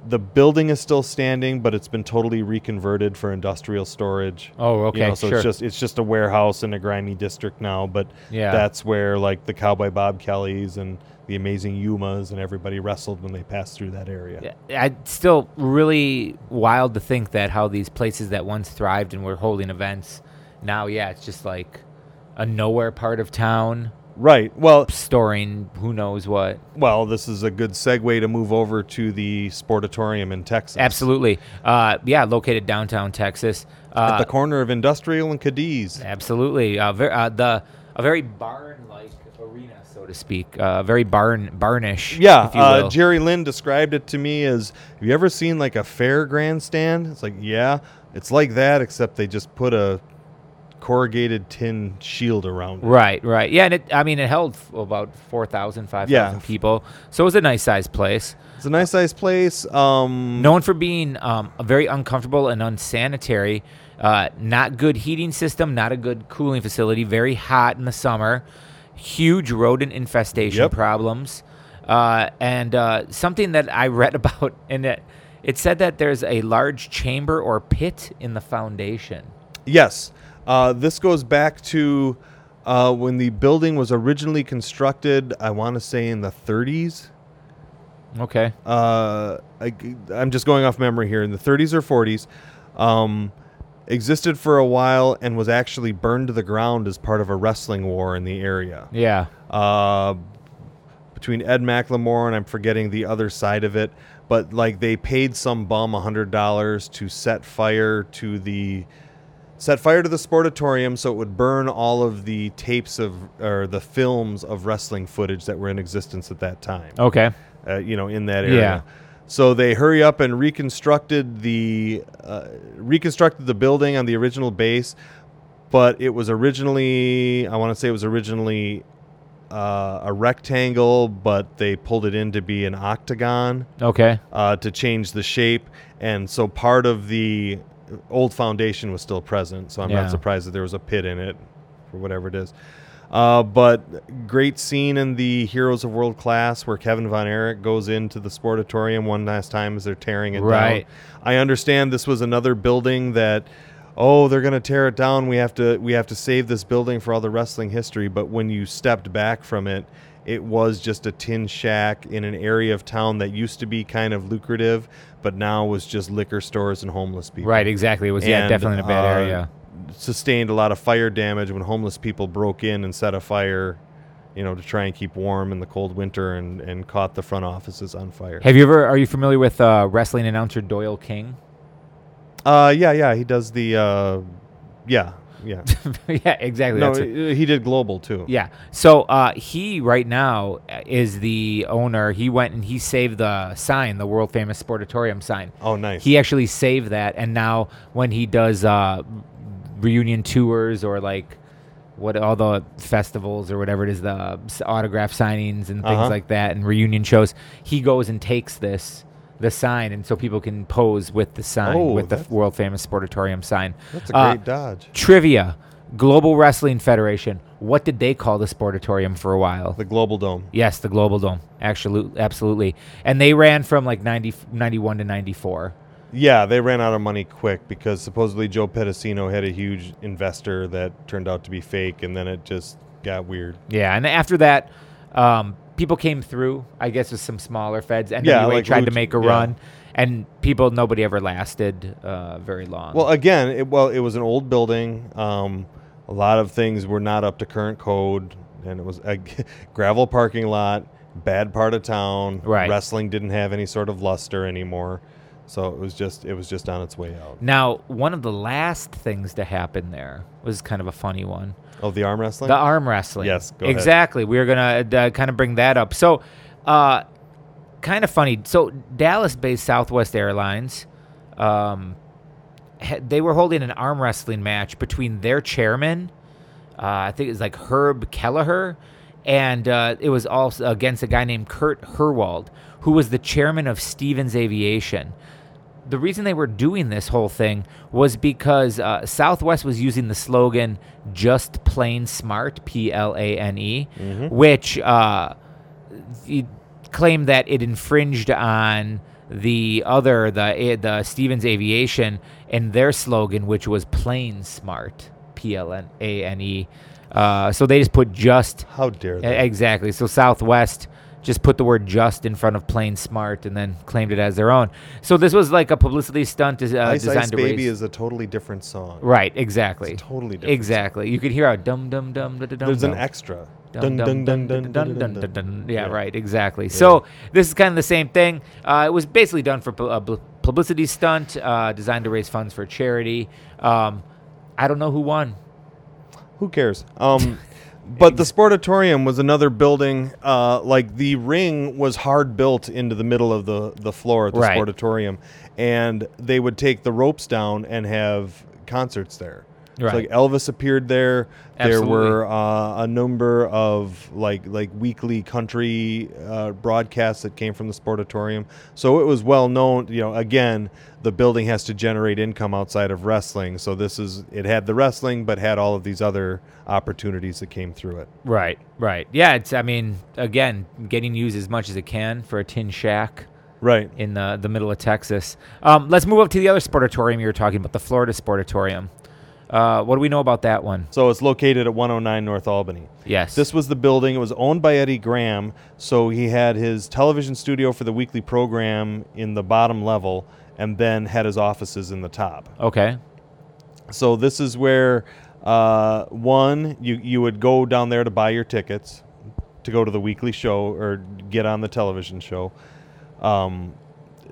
A: the building is still standing, but it's been totally reconverted for industrial storage.
F: Oh,
A: You
F: okay,
A: know, so
F: sure.
A: it's just it's just a warehouse in a grimy district now, but
F: Yeah.
A: that's where like the Cowboy Bob Kellys and the amazing Yumas and everybody wrestled when they passed through that area.
F: I still really wild to think that how these places that once thrived and were holding events now, yeah, it's just like a nowhere part of town
A: Right. Well,
F: storing who knows what.
A: well, this is a good segue to move over to the Sportatorium in Texas.
F: Absolutely. Uh, yeah, located downtown Texas. Uh,
A: at the corner of Industrial and Cadiz.
F: Absolutely. Uh, ver- uh, the a very barn-like arena, so to so to speak. Uh, very barn barnish.
A: Yeah,
F: if you
A: uh,
F: will.
A: Jerry Lynn described it to me as Have you ever seen like a fair grandstand? It's like, yeah, it's like that, except they just put a corrugated tin shield around it.
F: Right, right. Yeah, and it, I mean, it held f- about 4,000, 5,000
A: Yeah.
F: people. So it was a nice sized place.
A: It's a nice, nice place. Um,
F: Known for being um, very uncomfortable and unsanitary, uh, not good heating system, not a good cooling facility, very hot in the summer, huge rodent infestation
A: Yep.
F: problems. Uh, and uh, something that I read about, and it, it said that there's a large chamber or pit in the foundation.
A: Yes. Uh, this goes back to uh, when the building was originally constructed, I want to say in the 30s.
F: Okay.
A: Uh, I, am just going off memory here. In the 30s or 40s, um, existed for a while and was actually burned to the ground as part of a wrestling war in the area.
F: Yeah.
A: Uh, between Ed McLemore and I'm forgetting the other side of it, but like they paid some bum hundred dollars to set fire to the set fire to the sportatorium so it would burn all of the tapes of or the films of wrestling footage that were in existence at that time.
F: Okay.
A: Uh, you know, in that
F: Yeah.
A: area. So they hurry up and reconstructed the uh, reconstructed the building on the original base, but it was originally I want to say it was originally uh, a rectangle, but they pulled it in to be an octagon
F: Okay.
A: uh, to change the shape, and so part of the old foundation was still present. So I'm
F: Yeah.
A: not surprised that there was a pit in it, for whatever it is. Uh, but great scene in the Heroes of World Class where Kevin Von Erich goes into the Sportatorium one last time as they're tearing it
F: Right.
A: down. I understand this was another building that, oh, they're gonna tear it down. We have to we have to save this building for all the wrestling history. But when you stepped back from it, it was just a tin shack in an area of town that used to be kind of lucrative, but now was just liquor stores and homeless people
F: Right, exactly. It was yeah,
A: And,
F: definitely in a bad
A: uh,
F: area.
A: sustained a lot of fire damage when homeless people broke in and set a fire, you know, to try and keep warm in the cold winter and, and caught the front offices on fire.
F: Have you ever? Are you familiar with uh, wrestling announcer Doyle King?
A: Uh, yeah, yeah, he does the, uh, yeah, yeah.
F: yeah, exactly.
A: no,
F: that's it.
A: he, he did global too.
F: Yeah. So uh, he right now uh, is the owner. He went and he saved the sign, the world famous Sportatorium sign.
A: Oh, nice.
F: He actually saved that, and now when he does uh, reunion tours or like what all the festivals or whatever it is, the s- autograph signings and things
A: Uh-huh.
F: like that, and reunion shows, he goes and takes this the sign, and so people can pose with the sign
A: Oh,
F: with the
A: that's-
F: world famous Sportatorium sign.
A: That's a
F: Uh,
A: great dodge.
F: Trivia Global Wrestling Federation. What did they call the Sportatorium for a while?
A: The Global Dome.
F: yes, the Global Dome. Actually, absolutely. And they ran from like 90, 91 to 94.
A: Yeah, they ran out of money quick because supposedly Joe Pedicino had a huge investor that turned out to be fake, and then it just got weird.
F: Yeah. And after that, um, people came through, I guess, with some smaller feds. And
A: Yeah,
F: yeah,
A: like
F: tried to
A: Luch-
F: make a
A: yeah.
F: run. And people, nobody ever lasted uh, very long.
A: Well, again, it, well, it was an old building. Um, a lot of things were not up to current code, and it was a gravel parking lot, bad part of town.
F: Right.
A: Wrestling didn't have any sort of luster anymore, so it was just it was just on its way out.
F: now, one of the last things to happen there was kind of a funny one.
A: Oh, the arm wrestling.
F: The arm wrestling.
A: Yes, go ahead.
F: exactly. We are gonna uh, kind of bring that up. So, uh, kind of funny. So Dallas-based Southwest Airlines, um, ha- they were holding an arm wrestling match between their chairman, uh, I think it was like Herb Kelleher, and uh, it was also against a guy named Kurt Herwald, who was the chairman of Stevens Aviation the reason they were doing this whole thing was because uh, Southwest was using the slogan "Just Plain Smart" P L A N E, which uh, it claimed that it infringed on the other the eh, the Stevens Aviation and their slogan, which was "Plain Smart" P L N A N E. Uh, so they just put "Just."
A: How dare
F: E-
A: they?
F: Exactly. So Southwest just put the word just in front of plain smart and then claimed it as their own. So this was like a publicity stunt uh,
A: Ice
F: designed
A: Ice
F: to
A: Baby
F: raise.
A: is a totally different song.
F: right, exactly.
A: It's totally different.
F: Exactly. You could hear a dum dum dum dum dum.
A: There's an
F: dum.
A: extra.
F: Dun, dun, dun, dun, dun, dun, dun, dun. Yeah,
A: Yeah.
F: right, exactly. So this is kind of the same thing. Uh, it was basically done for pu- a bu- publicity stunt uh, designed to raise funds for charity. Um, I don't know who won.
A: Who cares? Um, But the Sportatorium was another building. Uh, like the ring was hard built into the middle of the, the floor at the
F: Right.
A: Sportatorium, and they would take the ropes down and have concerts there. So,
F: Right.
A: like Elvis appeared there.
F: Absolutely.
A: There were uh, a number of like like weekly country uh, broadcasts that came from the Sportatorium. So it was well known. You know, again, the building has to generate income outside of wrestling. So this is it had the wrestling, but had all of these other opportunities that came through it.
F: Right, right. Yeah, it's. I mean, again, getting used as much as it can for a tin shack
A: Right.
F: in the the middle of Texas. Um, let's move up to the other sportatorium you were talking about, the Florida Sportatorium. Uh, what do we know about that one?
A: So it's located at 109 North Albany.
F: Yes,
A: This was the building. It was owned by Eddie Graham, so he had his television studio for the weekly program in the bottom level, and then had his offices in the top.
F: Okay.
A: So this is where uh, one you you would go down there to buy your tickets to go to the weekly show or get on the television show. Um,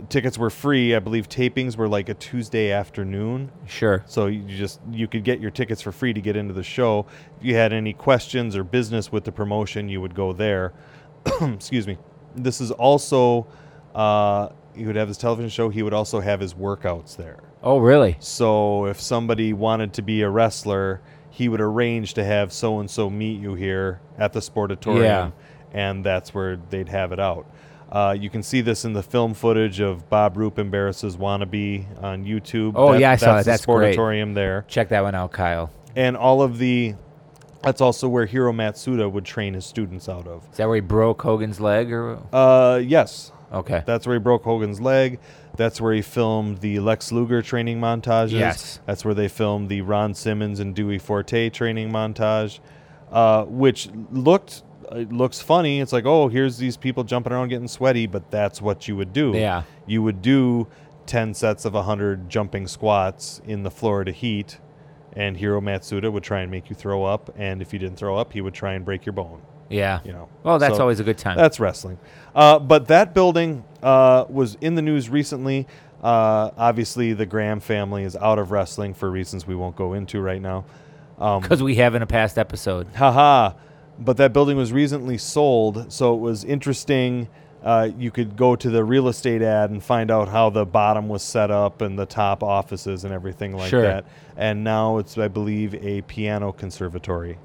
A: tickets were free. I believe tapings were like a Tuesday afternoon.
F: Sure.
A: So you just you could get your tickets for free to get into the show. If you had any questions or business with the promotion, you would go there. Excuse me. This is also uh, he would have his television show. He would also have his workouts there.
F: Oh, really?
A: So if somebody wanted to be a wrestler, he would arrange to have so and so meet you here at the Sportatorium,
F: Yeah.
A: and that's where they'd have it out. Uh, you can see this in the film footage of Bob Roop embarrasses wannabe on YouTube.
F: Oh, yeah, I saw that. That's
A: the
F: great.
A: Sportatorium there,
F: Check that one out, Kyle.
A: and all of the. That's also where Hiro Matsuda would train his students out of.
F: Is that where he broke Hogan's leg? Or
A: Uh, yes,
F: okay,
A: that's where he broke Hogan's leg. That's where he filmed the Lex Luger training montages.
F: Yes.
A: That's where they filmed the Ron Simmons and Dewey Forte training montage, uh, which looked it looks funny. It's like, oh, here's these people jumping around getting sweaty, but that's what you would do.
F: Yeah.
A: You would do 10 sets of 100 jumping squats in the Florida heat, and Hiro Matsuda would try and make you throw up. And if you didn't throw up, he would try and break your bone
F: yeah.
A: you know.
F: Well, that's
A: So,
F: always a good time.
A: That's wrestling. Uh, but that building uh, was in the news recently. Uh, obviously, the Graham family is out of wrestling for reasons we won't go into right now. Um,
F: because we have in a past episode.
A: haha. But that building was recently sold, so it was interesting. Uh, you could go to the real estate ad and find out how the bottom was set up and the top offices and everything like
F: Sure.
A: that. And now it's, I believe, a piano conservatory.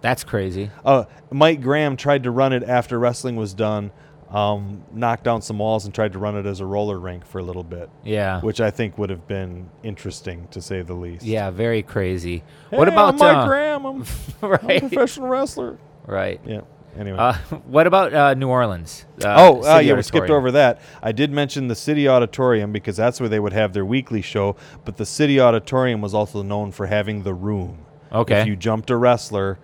F: That's crazy.
A: Uh, Mike Graham tried to run it after wrestling was done, um, knocked down some walls and tried to run it as a roller rink for a little bit,
F: Yeah.
A: which I think would have been interesting to say the least.
F: Yeah, very crazy.
A: Hey,
F: what about
A: I'm Mike
F: uh,
A: Graham? I'm, I'm a
F: right?
A: professional wrestler.
F: right.
A: Yeah. Anyway.
F: Uh, what about uh, New Orleans? Uh,
A: Oh, uh,
F: City
A: yeah, we skipped
F: Auditorium.
A: over that. I did mention the City Auditorium because that's where they would have their weekly show, but the City Auditorium was also known for having the room.
F: Okay.
A: If you jumped a wrestler,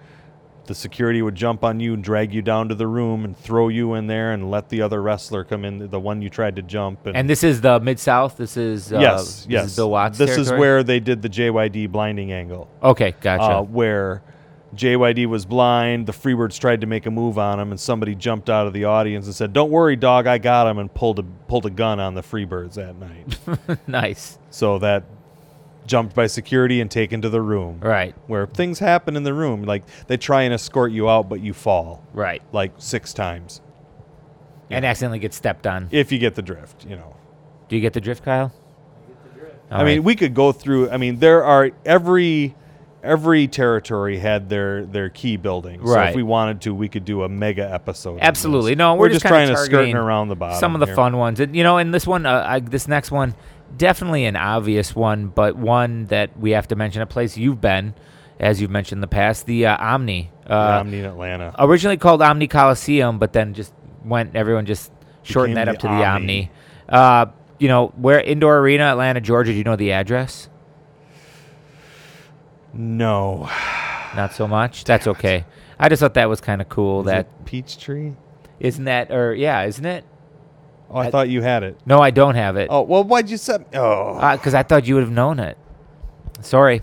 A: the security would jump on you and drag you down to the room and throw you in there and let the other wrestler come in, the one you tried to jump. And,
F: And this is the Mid South. This is uh,
A: yes,
F: this
A: yes.
F: Is Bill Watts.
A: This is
F: territory?
A: where they did the JYD blinding angle
F: Okay, gotcha.
A: uh, where JYD was blind. The Freebirds tried to make a move on him, and somebody jumped out of the audience and said, "Don't worry, dog, I got him," and pulled a pulled a gun on the Freebirds that night.
F: nice.
A: so that jumped by security and taken to the room,
F: Right.
A: where things happen in the room. Like they try and escort you out, but you fall
F: Right.
A: like six times
F: And accidentally get stepped on.
A: if you get the drift. You know.
F: Do you get the drift, Kyle? All
A: I mean,
F: right.
A: we could go through. I mean, there are every every territory had their their key building. So
F: Right.
A: if we wanted to, we could do a mega episode. on
F: Absolutely.
A: this.
F: No, we're,
A: we're just,
F: kinda
A: trying to skirt
F: targeting
A: around the bottom.
F: Some of the
A: here.
F: fun ones, and, you know, and this one, uh, I, this next one, definitely an obvious one, but one that we have to mention. A place you've been, as you've mentioned in the past, the uh, Omni. Uh,
A: Omni in Atlanta.
F: originally called Omni Coliseum, but then just went everyone just shortened
A: Became
F: that up to
A: the
F: the Omni.
A: Omni.
F: Uh, you know, where Indoor Arena, Atlanta, Georgia. Do you know the address?
A: no,
F: Not so much. That's okay. I just thought that was kind of cool.
A: Is
F: That
A: it Peachtree.
F: isn't that or yeah, isn't it?
A: Oh, I, thought you had it.
F: No, I don't have it.
A: Oh well, why'd you say? Oh,
F: because I thought you would have known it. Sorry,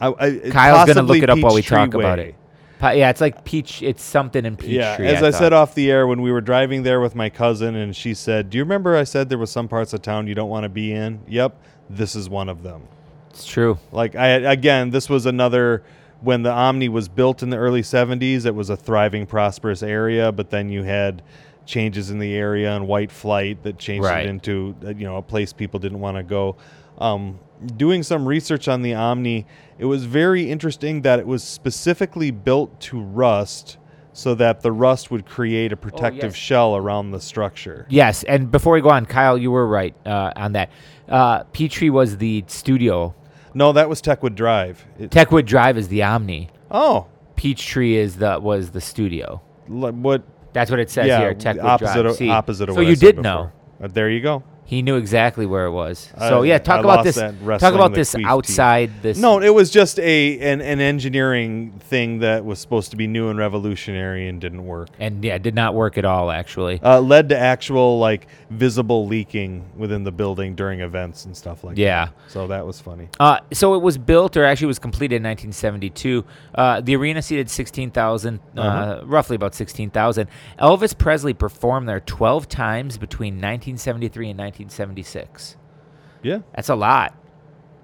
A: I, I,
F: Kyle's gonna
A: possibly
F: look it up while we
A: Peachtree
F: talk about
A: Way.
F: it. Pa- yeah, it's like peach. It's something in peach
A: Yeah,
F: tree.
A: as I,
F: thought.
A: said uh, off the air when we were driving there with my cousin, and she said, "Do you remember I said there was some parts of town you don't want to be in?" Yep, this is one of them.
F: it's true.
A: Like I again, this was another when the Omni was built in the early 70s, it was a thriving, prosperous area, but then you had changes in the area and white flight that changed
F: Right.
A: it into uh, you know a place people didn't want to go. Um, doing some research on the Omni, it was very interesting that it was specifically built to rust so that the rust would create a protective
F: Oh, yes.
A: shell around the structure.
F: Yes, and before we go on, Kyle, you were right uh, on that. Uh, Petrie was the studio.
A: No, that was Techwood Drive. It-
F: Techwood Drive is the Omni.
A: oh,
F: Peachtree is the was the studio.
A: li- what?
F: That's what it says
A: yeah,
F: here. Techwood
A: opposite
F: Drive.
A: of,
F: See?
A: opposite of
F: So
A: what I
F: you
A: said
F: did
A: before.
F: know.
A: Uh, there you go.
F: He knew exactly where it was. So
A: I-
F: yeah, talk
A: I
F: about
A: lost
F: this.
A: that
F: Talk
A: wrestling
F: about
A: the
F: this
A: queef team.
F: outside. This
A: No, it was just a an, an engineering thing that was supposed to be new and revolutionary and didn't work.
F: and yeah, it did not work at all. Actually,
A: Uh, led to actual like visible leaking within the building during events and stuff like that.
F: yeah.
A: So that was funny.
F: Uh, so it was built, or actually was completed in 1972. Uh, the arena seated 16,000, uh,
A: Uh-huh.
F: roughly about 16,000. Elvis Presley performed there 12 times between 1973 and 1976.
A: Yeah.
F: That's a lot,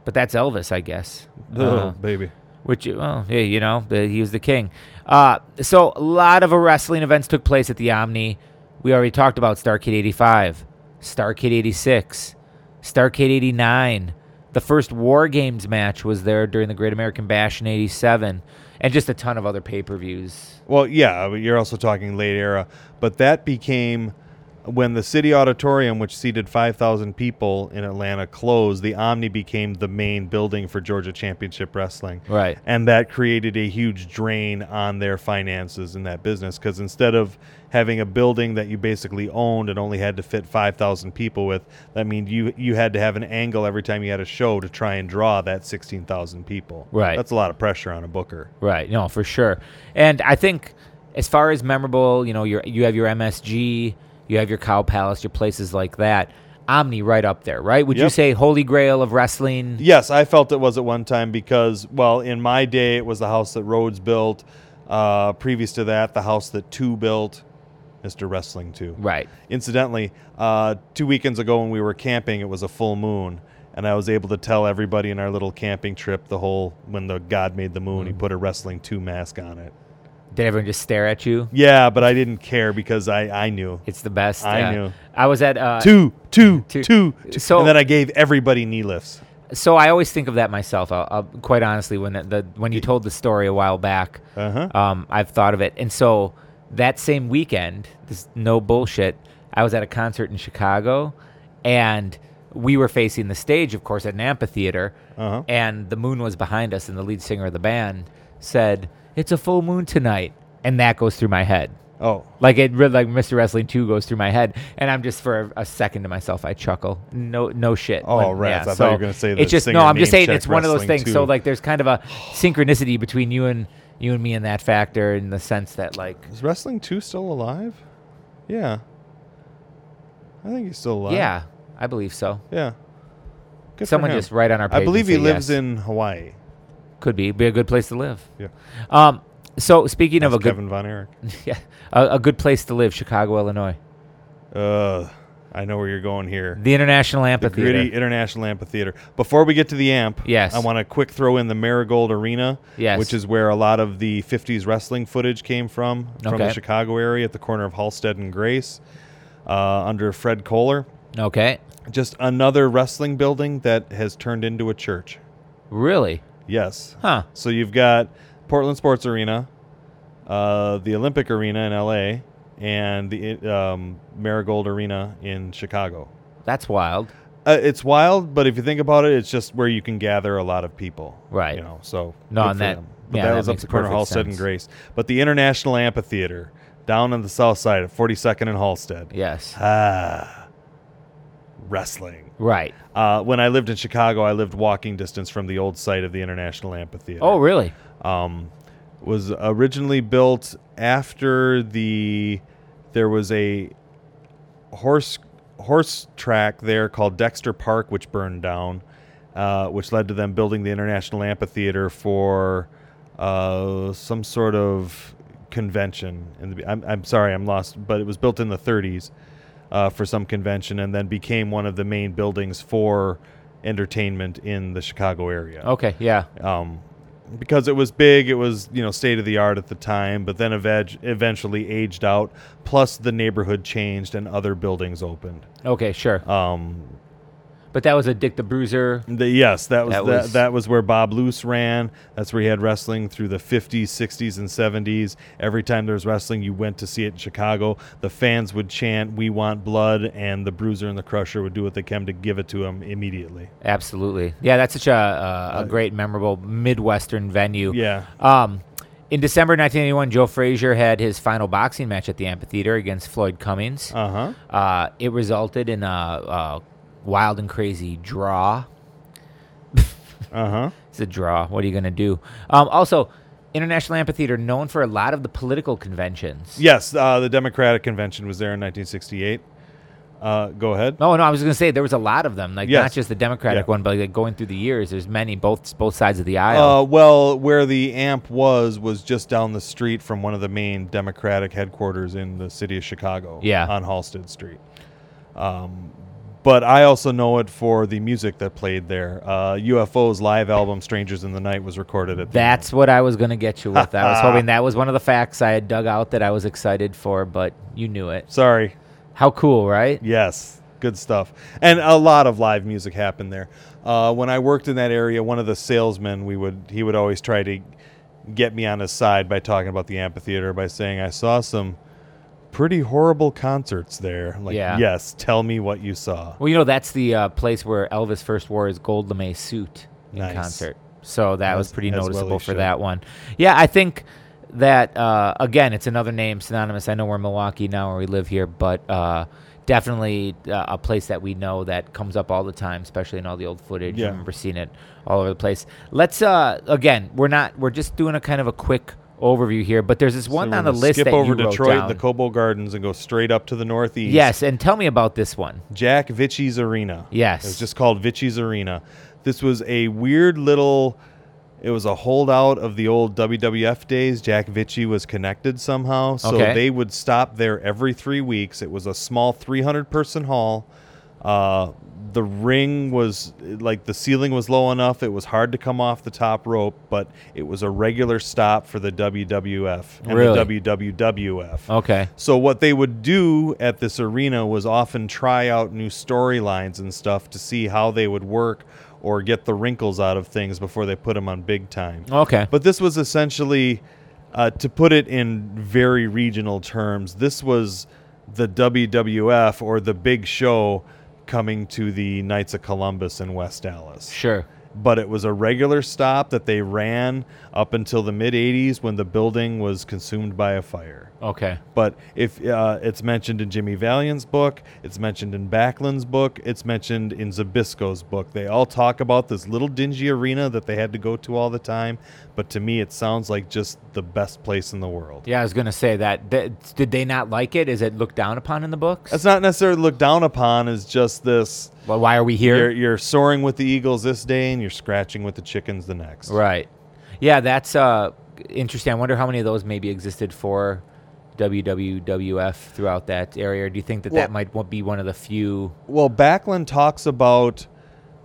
F: but that's Elvis, I guess.
A: Oh,
F: Uh,
A: baby.
F: which, well, yeah, you know, the, he was the king. Uh, so a lot of uh, wrestling events took place at the Omni. We already talked about Starcade 85, Starcade 86, Starcade 89. The first War Games match was there during the Great American Bash in 87, and just a ton of other pay per views.
A: Well, yeah, but you're also talking late era, but that became when the city auditorium, which seated 5,000 people in Atlanta, closed. The Omni became the main building for Georgia Championship Wrestling.
F: Right.
A: and that created a huge drain on their finances in that business because instead of having a building that you basically owned and only had to fit 5000 people with that means you you had to have an angle every time you had a show to try and draw that 16000 people
F: Right.
A: that's a lot of pressure on a booker
F: Right. No, for sure. And I think as far as memorable, you know, your you have your MSG, you have your Cow Palace, your places like that. Omni right up there, right? Would you
A: Yep.
F: say holy grail of wrestling?
A: Yes, I felt it was at one time because, well, in my day, it was the house that Rhodes built. Uh, previous to that, the house that Two built, Mr. Wrestling Two.
F: Right.
A: Incidentally, uh, two weekends ago when we were camping, it was a full moon, and I was able to tell everybody in our little camping trip the whole when the God made the moon, he
F: Mm.
A: put a Wrestling Two mask on it.
F: Did everyone just stare at you?
A: Yeah, but I didn't care because I I knew
F: It's the best.
A: I
F: yeah.
A: knew.
F: I was at uh,
A: two two
F: Two.
A: two, two,
F: So-
A: and then I gave everybody knee lifts.
F: So I always think of that myself. I'll, I'll, quite honestly, when the, the when you told the story a while back,
A: Uh-huh.
F: um, I've thought of it. And so that same weekend, this no bullshit, I was at a concert in Chicago, and we were facing the stage, of course, at an amphitheater,
A: Uh-huh.
F: and the moon was behind us, and the lead singer of the band said, "It's a full moon tonight," and that goes through my head.
A: Oh,
F: Like it, re- like Mr. Wrestling Two goes through my head, and I'm just for a, a second to myself, I chuckle. No, no shit.
A: Oh, rats. I thought you were gonna say the
F: it's just
A: singer
F: no. I'm just
A: name
F: saying
A: check
F: it's one of those
A: Wrestling
F: things. So
A: 2.
F: like, there's kind of a synchronicity between you and you and me in that factor, in the sense that like,
A: Is Wrestling 2 still alive? Yeah. I think he's still alive.
F: yeah, I believe so.
A: Yeah. Good for
F: Someone
A: him.
F: just write on our. Page
A: I believe
F: and
A: he
F: say
A: lives
F: yes.
A: in Hawaii.
F: Could be be a good place to live.
A: Yeah.
F: Um. So speaking of a
A: That's
F: good,
A: Kevin Von Erich.
F: yeah, a, a good place to live, Chicago, Illinois,
A: Uh, I know where you're going here.
F: the International
A: The
F: Amphitheater.
A: gritty international amphitheater. Before we get to the amp,
F: Yes.
A: I want to quick throw in the Marigold Arena,
F: Yes.
A: which is where a lot of the '50s wrestling footage came from, from
F: Okay.
A: the Chicago area at the corner of Halstead and Grace, uh, under Fred Kohler.
F: Okay.
A: Just another wrestling building that has turned into a church.
F: Really?
A: Yes,
F: Huh.
A: So you've got Portland Sports Arena, uh, the Olympic Arena in LA, and the um, Marigold Arena in Chicago.
F: That's wild.
A: Uh, it's wild, but if you think about it, it's just where you can gather a lot of people.
F: Right.
A: You know, so.
F: No,
A: good
F: and
A: for
F: that-
A: them. But
F: yeah,
A: that,
F: that
A: was up
F: makes
A: the corner of
F: perfect
A: Halstead and
F: sense.
A: Grace. But the International Amphitheater down on the south side at 42nd and Halstead.
F: Yes.
A: Ah. Wrestling.
F: Right.
A: Uh, when I lived in Chicago, I lived walking distance from the old site of the International Amphitheater
F: Oh, really?
A: um, was originally built after the there was a horse horse track there called Dexter Park, which burned down, uh, which led to them building the International Amphitheater for uh, some sort of convention. And I'm, I'm sorry, I'm lost, but it was built in the 30s uh, for some convention, and then became one of the main buildings for entertainment in the Chicago area
F: Okay. Yeah.
A: um, because it was big. It was you know state of the art at the time, but then eveg- eventually aged out. Plus the neighborhood changed and other buildings opened.
F: Okay, sure.
A: Um,
F: But that was a Dick the Bruiser.
A: The, yes, that was
F: That
A: that,
F: was-
A: that, was where Bob Luce ran. That's where he had wrestling through the 50s, 60s, and 70s. Every time there was wrestling, you went to see it in Chicago. The fans would chant, "We want blood," and the Bruiser and the Crusher would do what they can to give it to him immediately.
F: Absolutely. Yeah, that's such a, a, a great, memorable Midwestern venue.
A: Uh, Yeah,
F: Um, in December 1981, Joe Frazier had his final boxing match at the amphitheater against Floyd Cummings.
A: uh huh.
F: Uh, it resulted in a, a wild and crazy draw.
A: Uh huh.
F: It's a draw. What are you going to do? Um, also, International Amphitheater, known for a lot of the political conventions.
A: Yes, uh, the Democratic Convention was there in 1968. Uh, go ahead.
F: No, no, I was going to say there was a lot of them, like
A: Yes.
F: not just the Democratic
A: Yeah.
F: one, but like going through the years, there's many both both sides of the aisle.
A: Uh, well, where the amp was was just down the street from one of the main Democratic headquarters in the city of Chicago.
F: Yeah.
A: on Halsted Street. Um, but I also know it for the music that played there. Uh, UFO's live album "Strangers in the Night" was recorded at the
F: That's what I was going to get you with. I was hoping that was one of the facts I had dug out that I was excited for, but you knew it.
A: Sorry.
F: How cool, right?
A: Yes, good stuff. And a lot of live music happened there. Uh, when I worked in that area, one of the salesmen we would he would always try to get me on his side by talking about the amphitheater by saying I saw some pretty horrible concerts there. Like,
F: Yeah.
A: yes, tell me what you saw.
F: Well, you know that's the uh, place where Elvis first wore his gold lame suit in
A: Nice.
F: concert, so that was
A: As-
F: pretty
A: as well
F: noticeable
A: he
F: for
A: should.
F: that one. Yeah, I think that uh, again, it's another name synonymous. I know we're in Milwaukee now, where we live here, but uh, definitely uh, a place that we know that comes up all the time, especially in all the old footage. I
A: Yeah.
F: remember seeing it all over the place. Let's uh, again, we're not, we're just doing a kind of a quick overview here, but there's this
A: So
F: one
A: we're
F: on the
A: gonna
F: list
A: Skip
F: that
A: over
F: you wrote
A: Detroit,
F: down.
A: the Cobo Gardens, and go straight up to the northeast.
F: yes, and tell me about this one.
A: Jack Vichy's Arena.
F: Yes.
A: It was just called Vichy's Arena. This was a weird little. It was a holdout of the old WWF days. Jack Vichy was connected somehow. So
F: Okay.
A: they would stop there every three weeks. It was a small 300 person hall. Uh, the ring was like the ceiling was low enough. It was hard to come off the top rope, but it was a regular stop for the WWF and
F: Really?
A: the WWWF.
F: Okay.
A: So what they would do at this arena was often try out new storylines and stuff to see how they would work or get the wrinkles out of things before they put them on big time.
F: Okay.
A: But this was essentially, uh, to put it in very regional terms, this was the WWF or the Big Show coming to the Knights of Columbus in West Dallas
F: Sure.
A: but it was a regular stop that they ran up until the mid 80s when the building was consumed by a fire.
F: Okay.
A: But if uh, it's mentioned in Jimmy Valiant's book, it's mentioned in Backlund's book, it's mentioned in Zabisco's book. They all talk about this little dingy arena that they had to go to all the time, but to me it sounds like just the best place in the world.
F: Yeah, I was gonna say that. that did they not like it? Is it looked down upon in the books?
A: It's not necessarily looked down upon as just this
F: well, why are we
A: you're,
F: here?
A: you're soaring with the eagles this day and you're scratching with the chickens the next.
F: Right. Yeah, that's uh, interesting. I wonder how many of those maybe existed for WWWF throughout that area. Or do you think that that
A: Well-
F: might wa- be one of the few?
A: Well, Backlund talks about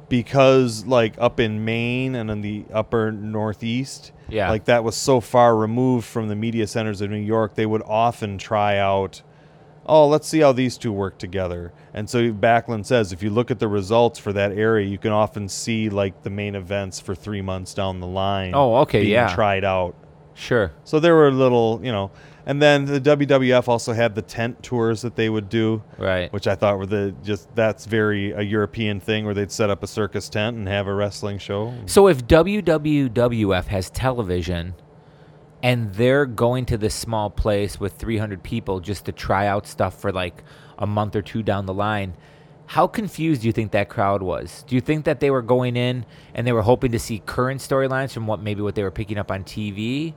A: because like up in Maine and in the upper northeast,
F: Yeah.
A: like that was so far removed from the media centers of New York, they would often try out oh, let's see how these two work together. And so Backlund says if you look at the results for that area, you can often see like the main events for 3 months down the line.
F: Oh, okay,
A: being
F: yeah.
A: tried out.
F: Sure.
A: So there were little, you know, and then the WWF also had the tent tours that they would do
F: Right.
A: which I thought were the just that's very a European thing where they'd set up a circus tent and have a wrestling show.
F: So if WWWF has television and they're going to this small place with 300 people just to try out stuff for like a month or two down the line, how confused do you think that crowd was? Do you think that they were going in and they were hoping to see current storylines from what maybe what they were picking up on TV?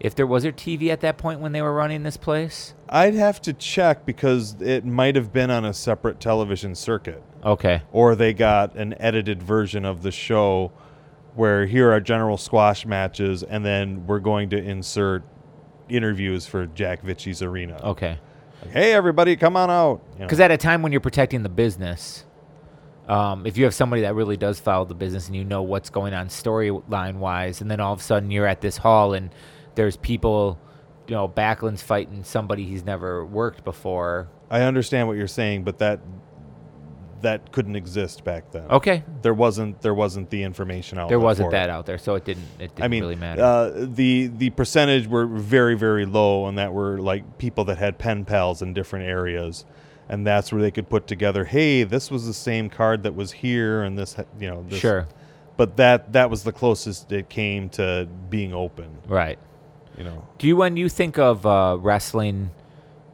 F: If there was there TV at that point when they were running this place?
A: I'd have to check because it might have been on a separate television circuit
F: Okay.
A: or they got an edited version of the show where here are general squash matches and then we're going to insert interviews for Jack Vichy's arena.
F: Okay.
A: Like, hey everybody, come on out. You know.
F: Because at a time when you're protecting the business, Um, if you have somebody that really does follow the business and you know what's going on storyline wise, and then all of a sudden you're at this hall and there's people, you know, Backlund's fighting somebody he's never worked before.
A: I understand what you're saying, but that that couldn't exist back then.
F: Okay,
A: There wasn't there wasn't the information out.
F: there wasn't
A: for
F: that
A: It.
F: out there, so it didn't. It didn't
A: I mean,
F: really matter.
A: Uh, the the percentage were very very low, and that were like people that had pen pals in different areas, and that's where they could put together. Hey, this was the same card that was here, and this ha- you know. This,
F: sure,
A: But that that was the closest it came to being open.
F: right.
A: You know.
F: Do you, when you think of uh, wrestling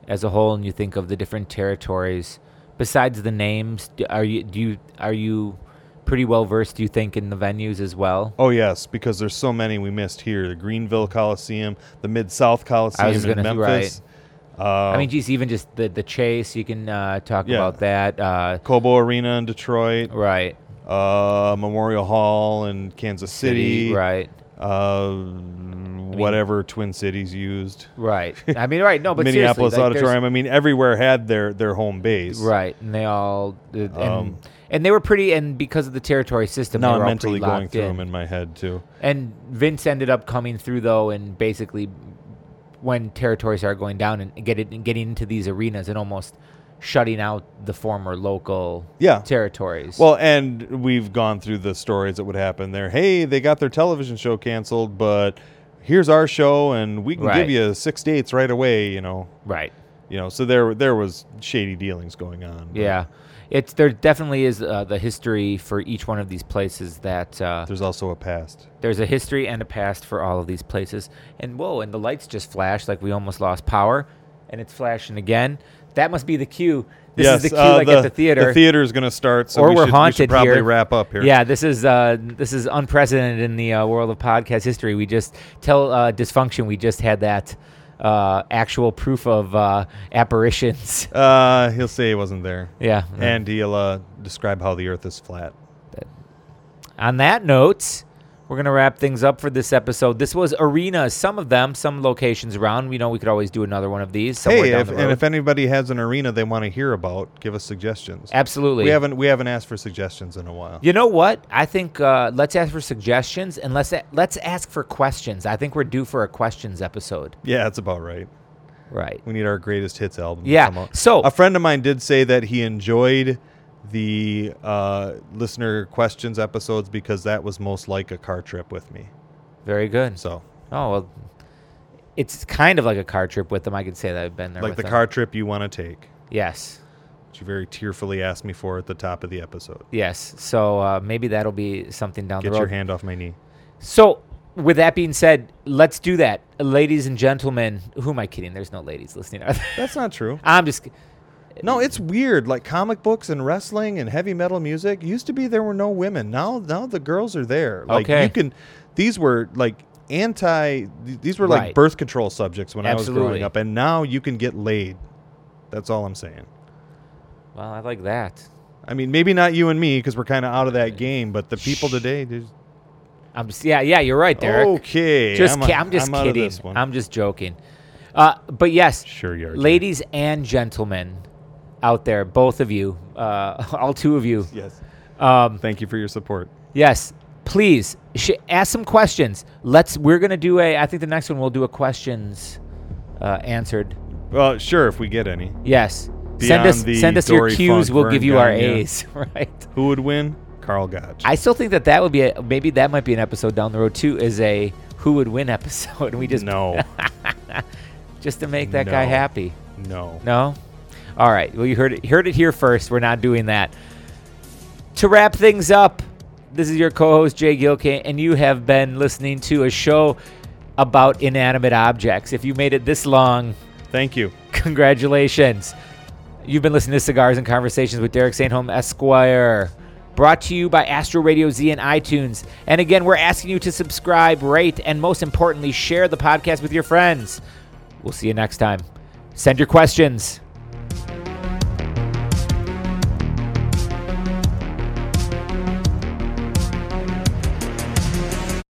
F: as a whole, and you think of the different territories, besides the names, d- are you do you are you pretty well versed? Do you think in the venues as well?
A: Oh yes, because there's so many we missed here: the Greenville Coliseum, the Mid South Coliseum in
F: gonna-
A: Memphis, uh,
F: I mean, geez, even just the the chase, you can uh, talk
A: Yeah.
F: about that, uh,
A: Cobo Arena in Detroit,
F: right?
A: uh, Memorial Hall in Kansas City,
F: right?
A: uh, whatever Twin Cities used,
F: Right. I mean, right? No, but seriously,
A: Minneapolis
F: like, there's-
A: Auditorium. I mean, everywhere had their their home base.
F: Right, and they all uh, and,
A: Um,
F: and they were pretty, and because of the territory system,
A: Now
F: they were
A: I'm
F: all
A: mentally
F: pretty locked
A: going through
F: in.
A: them in my head too.
F: And Vince ended up coming through though, and basically, when territories are going down and get it, getting into these arenas and almost shutting out the former local
A: Yeah.
F: territories.
A: Well, and we've gone through the stories that would happen there. Hey, they got their television show canceled, but here's our show, and we can
F: Right.
A: give you six dates right away. You know,
F: right.
A: you know. So there, there was shady dealings going on. but
F: Yeah, it's there definitely is uh, the history for each one of these places that uh,
A: There's also a past.
F: there's a history and a past for all of these places. And whoa, and the lights just flashed like we almost lost power, and it's flashing again. That must be the cue. This
A: yes,
F: is the cue
A: uh,
F: like at the theater.
A: The theater is going to start, so
F: or
A: we
F: we are
A: should, we
F: haunted
A: should probably
F: here.
A: wrap up here.
F: Yeah, this is uh, this is unprecedented in the uh, world of podcast history. We just tell uh, dysfunction. We just had that uh, actual proof of uh, apparitions.
A: Uh, he'll say he wasn't there,
F: yeah.
A: and he'll uh, describe how the Earth is flat.
F: on that note, we're gonna wrap things up for this episode. This was arenas, some of them, some locations around. We know we could always do another one of these somewhere
A: hey,
F: down
A: if,
F: the
A: and
F: road.
A: if anybody has an arena they want to hear about, give us suggestions.
F: Absolutely.
A: We haven't we haven't asked for suggestions in a while.
F: You know what? I think uh, let's ask for suggestions and let's a- let's ask for questions. I think we're due for a questions episode.
A: Yeah, that's about right.
F: Right.
A: We need our greatest hits album. to
F: Yeah,
A: come out.
F: so-
A: a friend of mine did say that he enjoyed the uh, listener questions episodes because that was most like a car trip with me.
F: Very good.
A: So,
F: Oh well, it's kind of like a car trip with them. I could say that I've been there.
A: like
F: with
A: the
F: them.
A: car trip you want to take,
F: Yes,
A: which you very tearfully asked me for at the top of the episode.
F: yes. So uh, maybe that'll be something down
A: Get
F: the road.
A: your hand off my knee.
F: So with that being said, let's do that, ladies and gentlemen. Who am I kidding? There's no ladies listening. are there?
A: That's not true.
F: I'm just. ki-
A: No, it's weird. Like comic books and wrestling and heavy metal music used to be there were no women. Now now the girls are there. Like
F: Okay.
A: you can these were like anti th- these were like
F: Right.
A: birth control subjects when I was
F: Absolutely.
A: growing up and now you can get laid. That's all I'm saying.
F: Well, I like that.
A: I mean, maybe not you and me because we're kind of out of that game, but the people today just
F: I'm just. Yeah, yeah. You're right, Derek.
A: okay.
F: Just.
A: I'm,
F: ki-
A: out-
F: I'm just
A: I'm out of
F: kidding.
A: this one.
F: I'm just joking. Uh, but yes,
A: Sure you are, Jim.
F: ladies and gentlemen out there, both of you, uh, all two of you.
A: yes.
F: Um,
A: Thank you for your support.
F: Yes, please sh- ask some questions. Let's. We're gonna do a. I think the next one we'll do a questions uh, answered.
A: Well, sure if we get any.
F: Yes. send
A: Beyond
F: us
A: the
F: send us your
A: Dory
F: Q's.
A: Funk
F: We'll
A: Vern
F: give you our
A: Gagne.
F: A's. Right.
A: Who would win? Carl Gotch.
F: I still think that that would be a, maybe that might be an episode down the road too. Is a who would win episode, and we just
A: no.
F: just to make that guy
A: No.
F: happy.
A: no.
F: No? All right. Well, you heard it heard it here first. We're not doing that. To wrap things up, this is your co-host Jay Gilkey, and you have been listening to a show about inanimate objects. If you made it this long,
A: Thank you.
F: congratulations. You've been listening to Cigars and Conversations with Derek Saintholm Esquire, brought to you by Astro Radio Z and iTunes. And again, we're asking you to subscribe, rate, and most importantly, share the podcast with your friends. We'll see you next time. Send your questions.